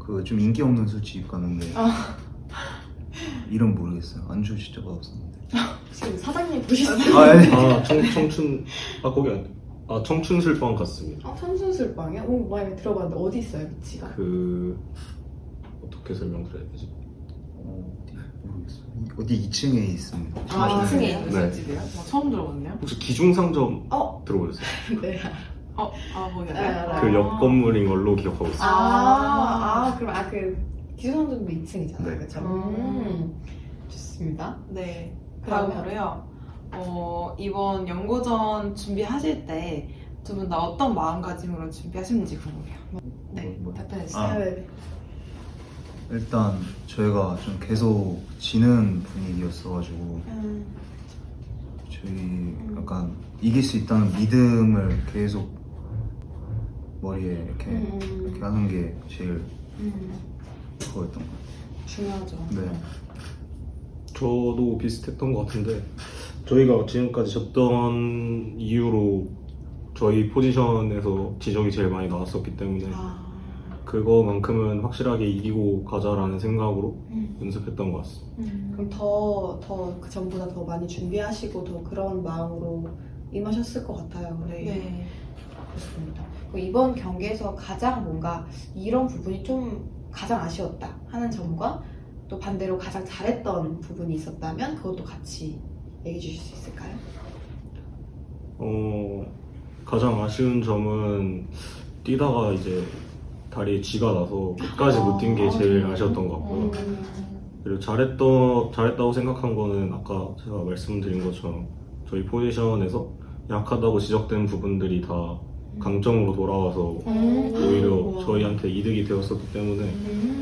그좀 인기 없는 술집 갔는데
아.
이름 모르겠어요 안주 진짜 맛없었는데
지금 사장님 보셨어요?
아, 네.
아 청, 청춘 아 거기 아니- 아 청춘술방 갔습니다.
아, 천순술방이요? 오, 많이 들어봤는데 어디 있어요, 위치가?
그 어떻게 설명드려야 되지?
어디 모르겠어요 어디 2층에 있습니다
아,
아,
2층에
네.
있는 술집이요? 어, 처음 들어봤네요.
혹시 기중상점
어.
들어보셨어요?
네.
어, 아, 거기
네, 알아요.
그 옆 건물인 걸로 기억하고 있어요.
아, 아, 그럼 아, 그 기준상점도 2층이잖아요,
네.
그렇죠?
음.
좋습니다.
네.
그러면?
다음으로요. 어, 이번 연고전 준비하실 때 두 분 다 어떤 마음가짐으로 준비하셨는지 궁금해요.
네,
뭐, 뭐.
답변해주세요.
아.
네.
일단 저희가 좀 계속 지는 분위기였어가지고
음,
저희 약간 이길 수 있다는 믿음을 계속 머리에 이렇게,
음,
이렇게 하는 게 제일
음,
그거였던 것 같아요.
중요하죠.
네.
저도 비슷했던 것 같은데 저희가 지금까지 접던 이유로 저희 포지션에서 지적이 제일 많이 나왔었기 때문에
아,
그거만큼은 확실하게 이기고 가자라는 생각으로
음.
연습했던 것 같습니다.
음.
그럼 더, 더, 그 전보다 더 많이 준비하시고 더 그런 마음으로 임하셨을 것 같아요. 네.
네.
그렇습니다. 그리고 이번 경기에서 가장 뭔가 이런 부분이 좀 가장 아쉬웠다 하는 점과 또 반대로 가장 잘했던 부분이 있었다면 그것도 같이 얘기해 주실 수 있을까요?
어, 가장 아쉬운 점은 뛰다가 이제 다리에 쥐가 나서 끝까지 못 뛴
어,
게 제일
네.
네.
아쉬웠던 것 같고요.
음.
그리고 잘했던, 잘했다고 생각한 거는 아까 제가 말씀드린 것처럼 저희 포지션에서 약하다고 지적된 부분들이 다 강점으로 돌아와서
음.
오히려
우와.
저희한테 이득이 되었었기 때문에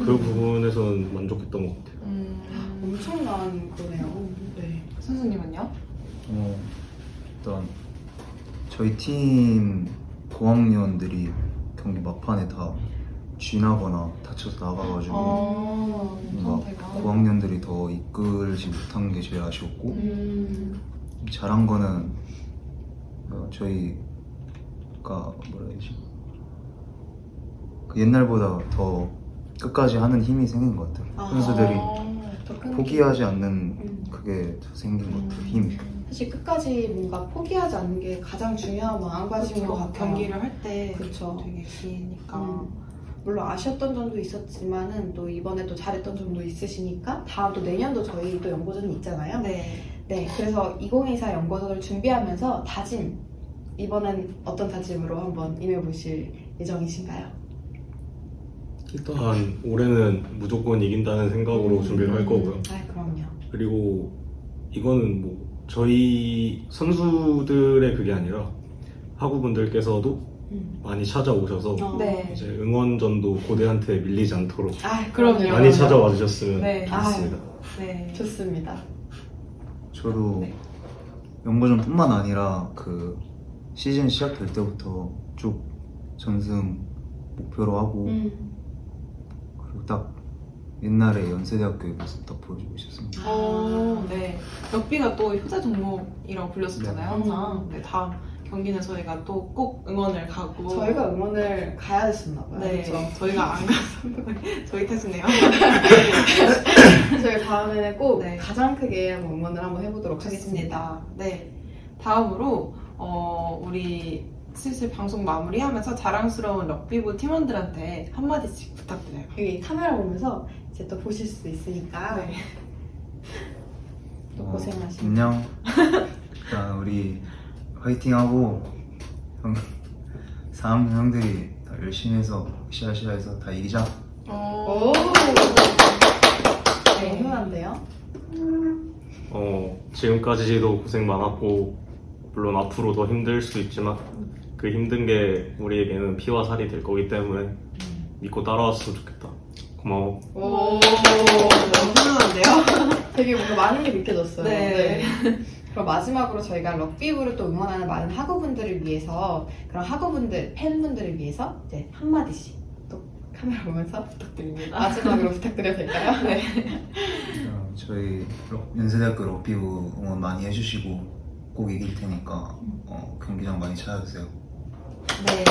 그 부분에서는 만족했던 것 같아요.
음,
엄청난 거네요. 네.
선수님은요?
음.
어, 일단 저희 팀 고학년들이 경기 막판에 다 쥐나거나 다쳐서 나가가지고
어,
뭔가
상태가.
고학년들이 더 이끌지 못한 게 제일 아쉬웠고
음.
잘한 거는 어, 저희가 뭐라 해야 되지 그 옛날보다 더 끝까지 하는 힘이 생긴 것 같아요
아.
선수들이
어,
더 끈기.
포기하지 않는
음.
그게 더 생긴 것 같아요 힘이
사실 끝까지 뭔가 포기하지 않는 게 가장 중요한 마음가짐인 것 같아요.
경기를 할 때
그렇죠.
되게 기니까.
음, 물론 아쉬웠던 점도 있었지만은 또 이번에 또 잘했던 점도 있으시니까 다음 또 내년도 저희 또 연고전이 있잖아요.
네.
네, 그래서 2024 연고전을 준비하면서 다짐 이번엔 어떤 다짐으로 한번 임해보실 예정이신가요?
네. 일단 올해는 무조건 이긴다는
음.
생각으로 준비를 할 거고요.
아, 그럼요.
그리고 이거는 뭐 저희 선수들의 그게 아니라 학우분들께서도
음.
많이 찾아오셔서
어.
네.
이제 응원전도 고대한테 밀리지 않도록
아,
그럼요.
많이 찾아와 주셨으면
네.
좋겠습니다.
네.
좋습니다.
저도
네.
연고전뿐만 아니라 그 시즌 시작될 때부터 쭉 전승 목표로 하고
음.
그리고 딱 옛날에 연세대학교의 모습 딱 보여주고 싶습니다.
오, 네. 럭비가 또 효자 종목이라고 불렸었잖아요,
네.
항상. 네, 다음 경기는 저희가 또 꼭 응원을 가고.
아, 저희가 응원을 가야 됐었나 봐요.
네,
그렇죠?
저희가 안 가서 저희 탓이네요.
저희 다음에는 꼭
네.
가장 크게 한번 응원을 한번 해보도록 하겠습니다.
좋습니다. 네. 다음으로, 어, 우리 슬슬 방송 마무리하면서 자랑스러운 럭비부 팀원들한테 한마디씩 부탁드려요.
여기 카메라 보면서 이제 또 보실 수도 있으니까
네.
또
어,
고생하시고
안녕. 일단 우리 화이팅하고 형, 4학년 형들이 다 열심히 해서 시아시아에서 다 이기자.
오.
네.
너무 흔한데요?
어, 지금까지도 고생 많았고, 물론 앞으로 더 힘들 수 있지만, 그 힘든 게 우리에게는 피와 살이 될 거기 때문에 믿고 따라왔으면 좋겠다. 고마워.
오,
오.
너무 훌륭한데요?
되게 뭔가 많은 게 느껴졌어요.
네.
그럼 마지막으로 저희가 럭비부를 또 응원하는 많은 학우분들을 위해서 그런 학우분들, 팬분들을 위해서 이제 한마디씩 또 카메라 보면서
부탁드립니다.
마지막으로 부탁드려도 될까요? 네.
어, 저희 럭- 연세대학교 럭비부 응원 많이 해주시고 꼭 이길 테니까 어, 경기장 많이 찾아주세요.
네.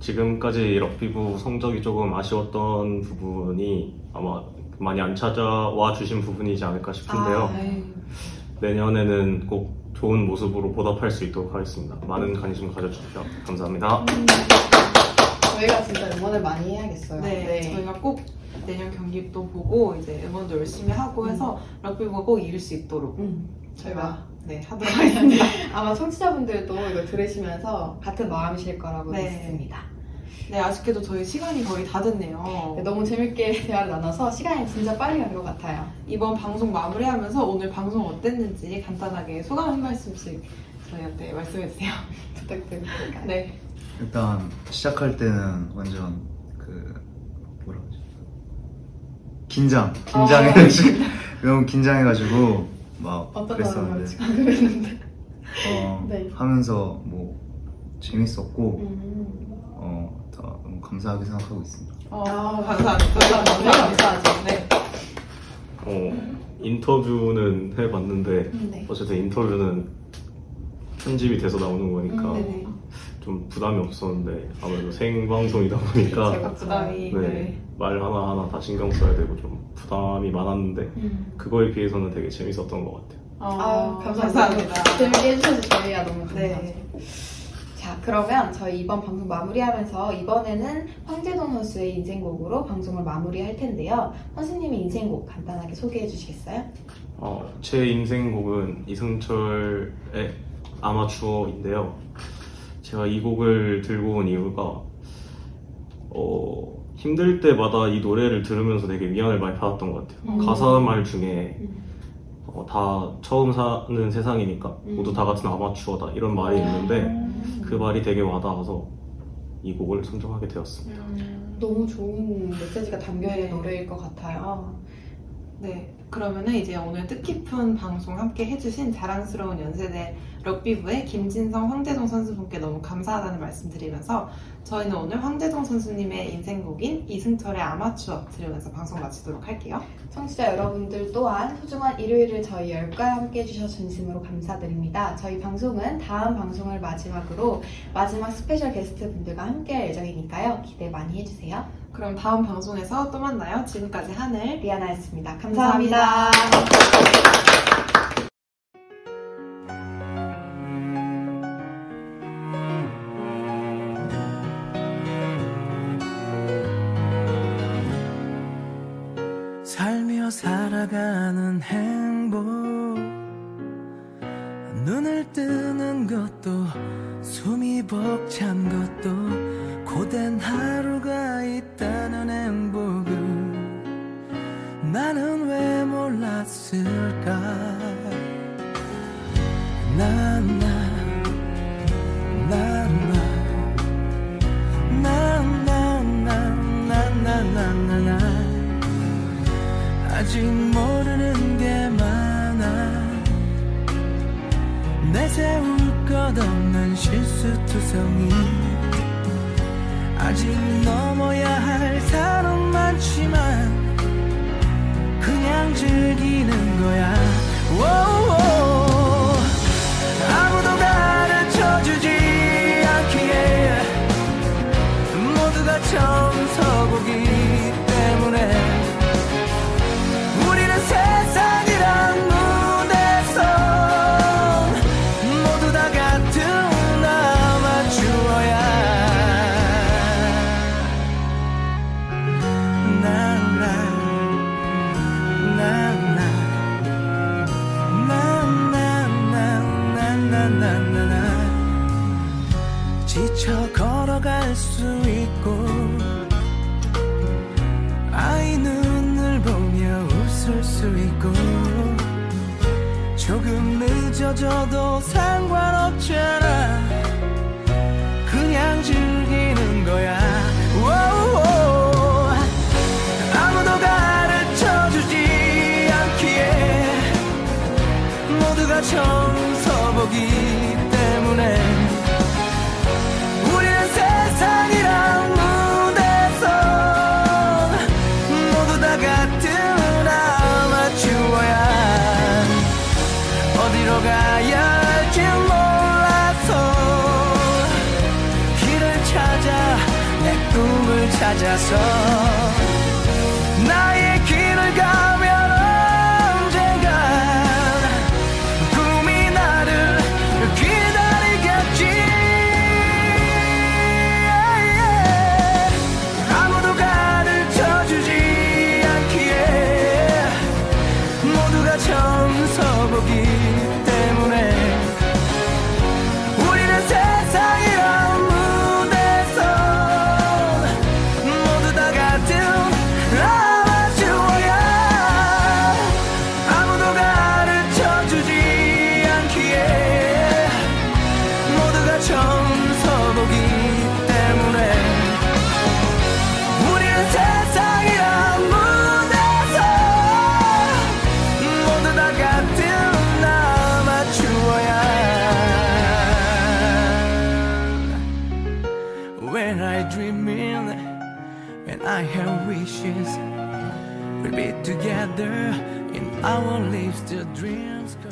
지금까지 럭비부 성적이 조금 아쉬웠던 부분이 아마 많이 안 찾아와 주신 부분이지 않을까 싶은데요.
아,
네.
내년에는 꼭 좋은 모습으로 보답할 수 있도록 하겠습니다. 많은 관심 가져주셔서 감사합니다.
저희가 진짜 응원을 많이 해야겠어요.
네, 저희가 꼭 내년 경기 또 보고 이제 응원도 열심히 하고 해서 럭비부가 꼭 이길 수 있도록
음, 저희가
저희가 네 하도록 하겠습니다.
아마 청취자분들도 이거 들으시면서 같은 마음이실 거라고
네.
믿습니다.
네, 아쉽게도 저희 시간이 거의 다 됐네요.
네, 너무 재밌게 대화를 나눠서 시간이 진짜 빨리 간 것 같아요.
이번 방송 마무리하면서 오늘 방송 어땠는지 간단하게 소감 한 말씀씩 저희한테 말씀해주세요.
부탁드립니다.
네.
일단 시작할 때는 완전 그 뭐라 그러지 긴장 긴장해가지고 너무 긴장해가지고 막
어. 어떤 단어로
그랬었는데
지금 궁금했는데.
어,
네.
하면서 뭐 재밌었고
음.
어, 다 너무 감사하게 생각하고 있습니다.
어,
아,
감사합니다.
너무 감사하죠.
네.
어, 인터뷰는 해봤는데
음, 네.
어쨌든 인터뷰는 편집이 돼서 나오는
그러니까.
거니까
음, 네네.
좀 부담이 없었는데 아무래도 생방송이다 보니까
그러니까.
제가
부담이,
네,
네.
말 하나하나 다 신경 써야 되고 좀 부담이 많았는데
음.
그거에 비해서는 되게 재밌었던 것 같아요.
어,
아, 감사합니다.
감사합니다.
재밌게 해주셔서 저희가 너무
네.
감사합니다. 자, 그러면 저희 이번 방송 마무리하면서 이번에는 황재동 선수의 인생곡으로 방송을 마무리할 텐데요. 선수님의 인생곡 간단하게 소개해 주시겠어요?
어, 제 인생곡은 이승철의 아마추어인데요. 제가 이 곡을 들고 온 이유가 어, 힘들 때마다 이 노래를 들으면서 되게 위안을 많이 받았던 것 같아요.
음.
가사 말 중에
음.
어, 다 처음 사는 세상이니까
음.
모두 다 같은 아마추어다 이런 말이
네.
있는데 그 말이 되게 와닿아서 이 곡을 선정하게 되었습니다.
너무 좋은 메시지가 담겨 있는
네.
노래일 것 같아요.
네, 그러면은 이제 오늘 뜻깊은 방송 함께 해주신 자랑스러운 연세대 럭비부의 김진성, 황재동 선수분께 너무 감사하다는 말씀드리면서 저희는 오늘 황재동 선수님의 인생곡인 이승철의 아마추어 들으면서 방송 마치도록 할게요.
청취자 여러분들 또한 소중한 일요일을 저희 열과 함께 해주셔서 진심으로 감사드립니다. 저희 방송은 다음 방송을 마지막으로 마지막 스페셜 게스트 분들과 함께 할 예정이니까요. 기대 많이 해주세요.
그럼 다음 방송에서 또 만나요. 지금까지 하늘.
리아나였습니다. 감사합니다.
감사합니다.
살며 살아가는 행복 눈을 뜨는 것도 숨이 벅찬 것도 고된 하루가 있다는 행복을 나는 왜 몰랐을까 나나 나나나나나나나나나 아직 모르는 게 많아 내세울 것 없는 실수투성이 아직 넘어야 할 산은 많지만 그냥 즐기는 거야 오오오. 아무도 가르쳐주지 않기에 모두가 처음 서보기 때문에 우리는 세상이란 무대에서 모두 다 같은 아마추어야 나나나나나나나나나나 지쳐 걸어갈 수 있고 아이 눈을 보며 웃을 수 있고 조금 늦어져도 상관없잖아 그냥 즐기는 거야 오오오. 아무도 가르쳐주지 않기에 모두가 처음 서보기 때문에 우리는 세상이란 무대에서 모두 다 같은 아마추어야 어디로 가야 할지 몰라서 길을 찾아 내 꿈을 찾아서 나의 길을 가면 언젠간 꿈이 나를 기다리겠지 아무도 가르쳐주지 않기에 모두가 처음 서보기 때문에 우리는 세상이란 무대에서 dreaming and I have wishes. We'll be together in our lives till dreams come.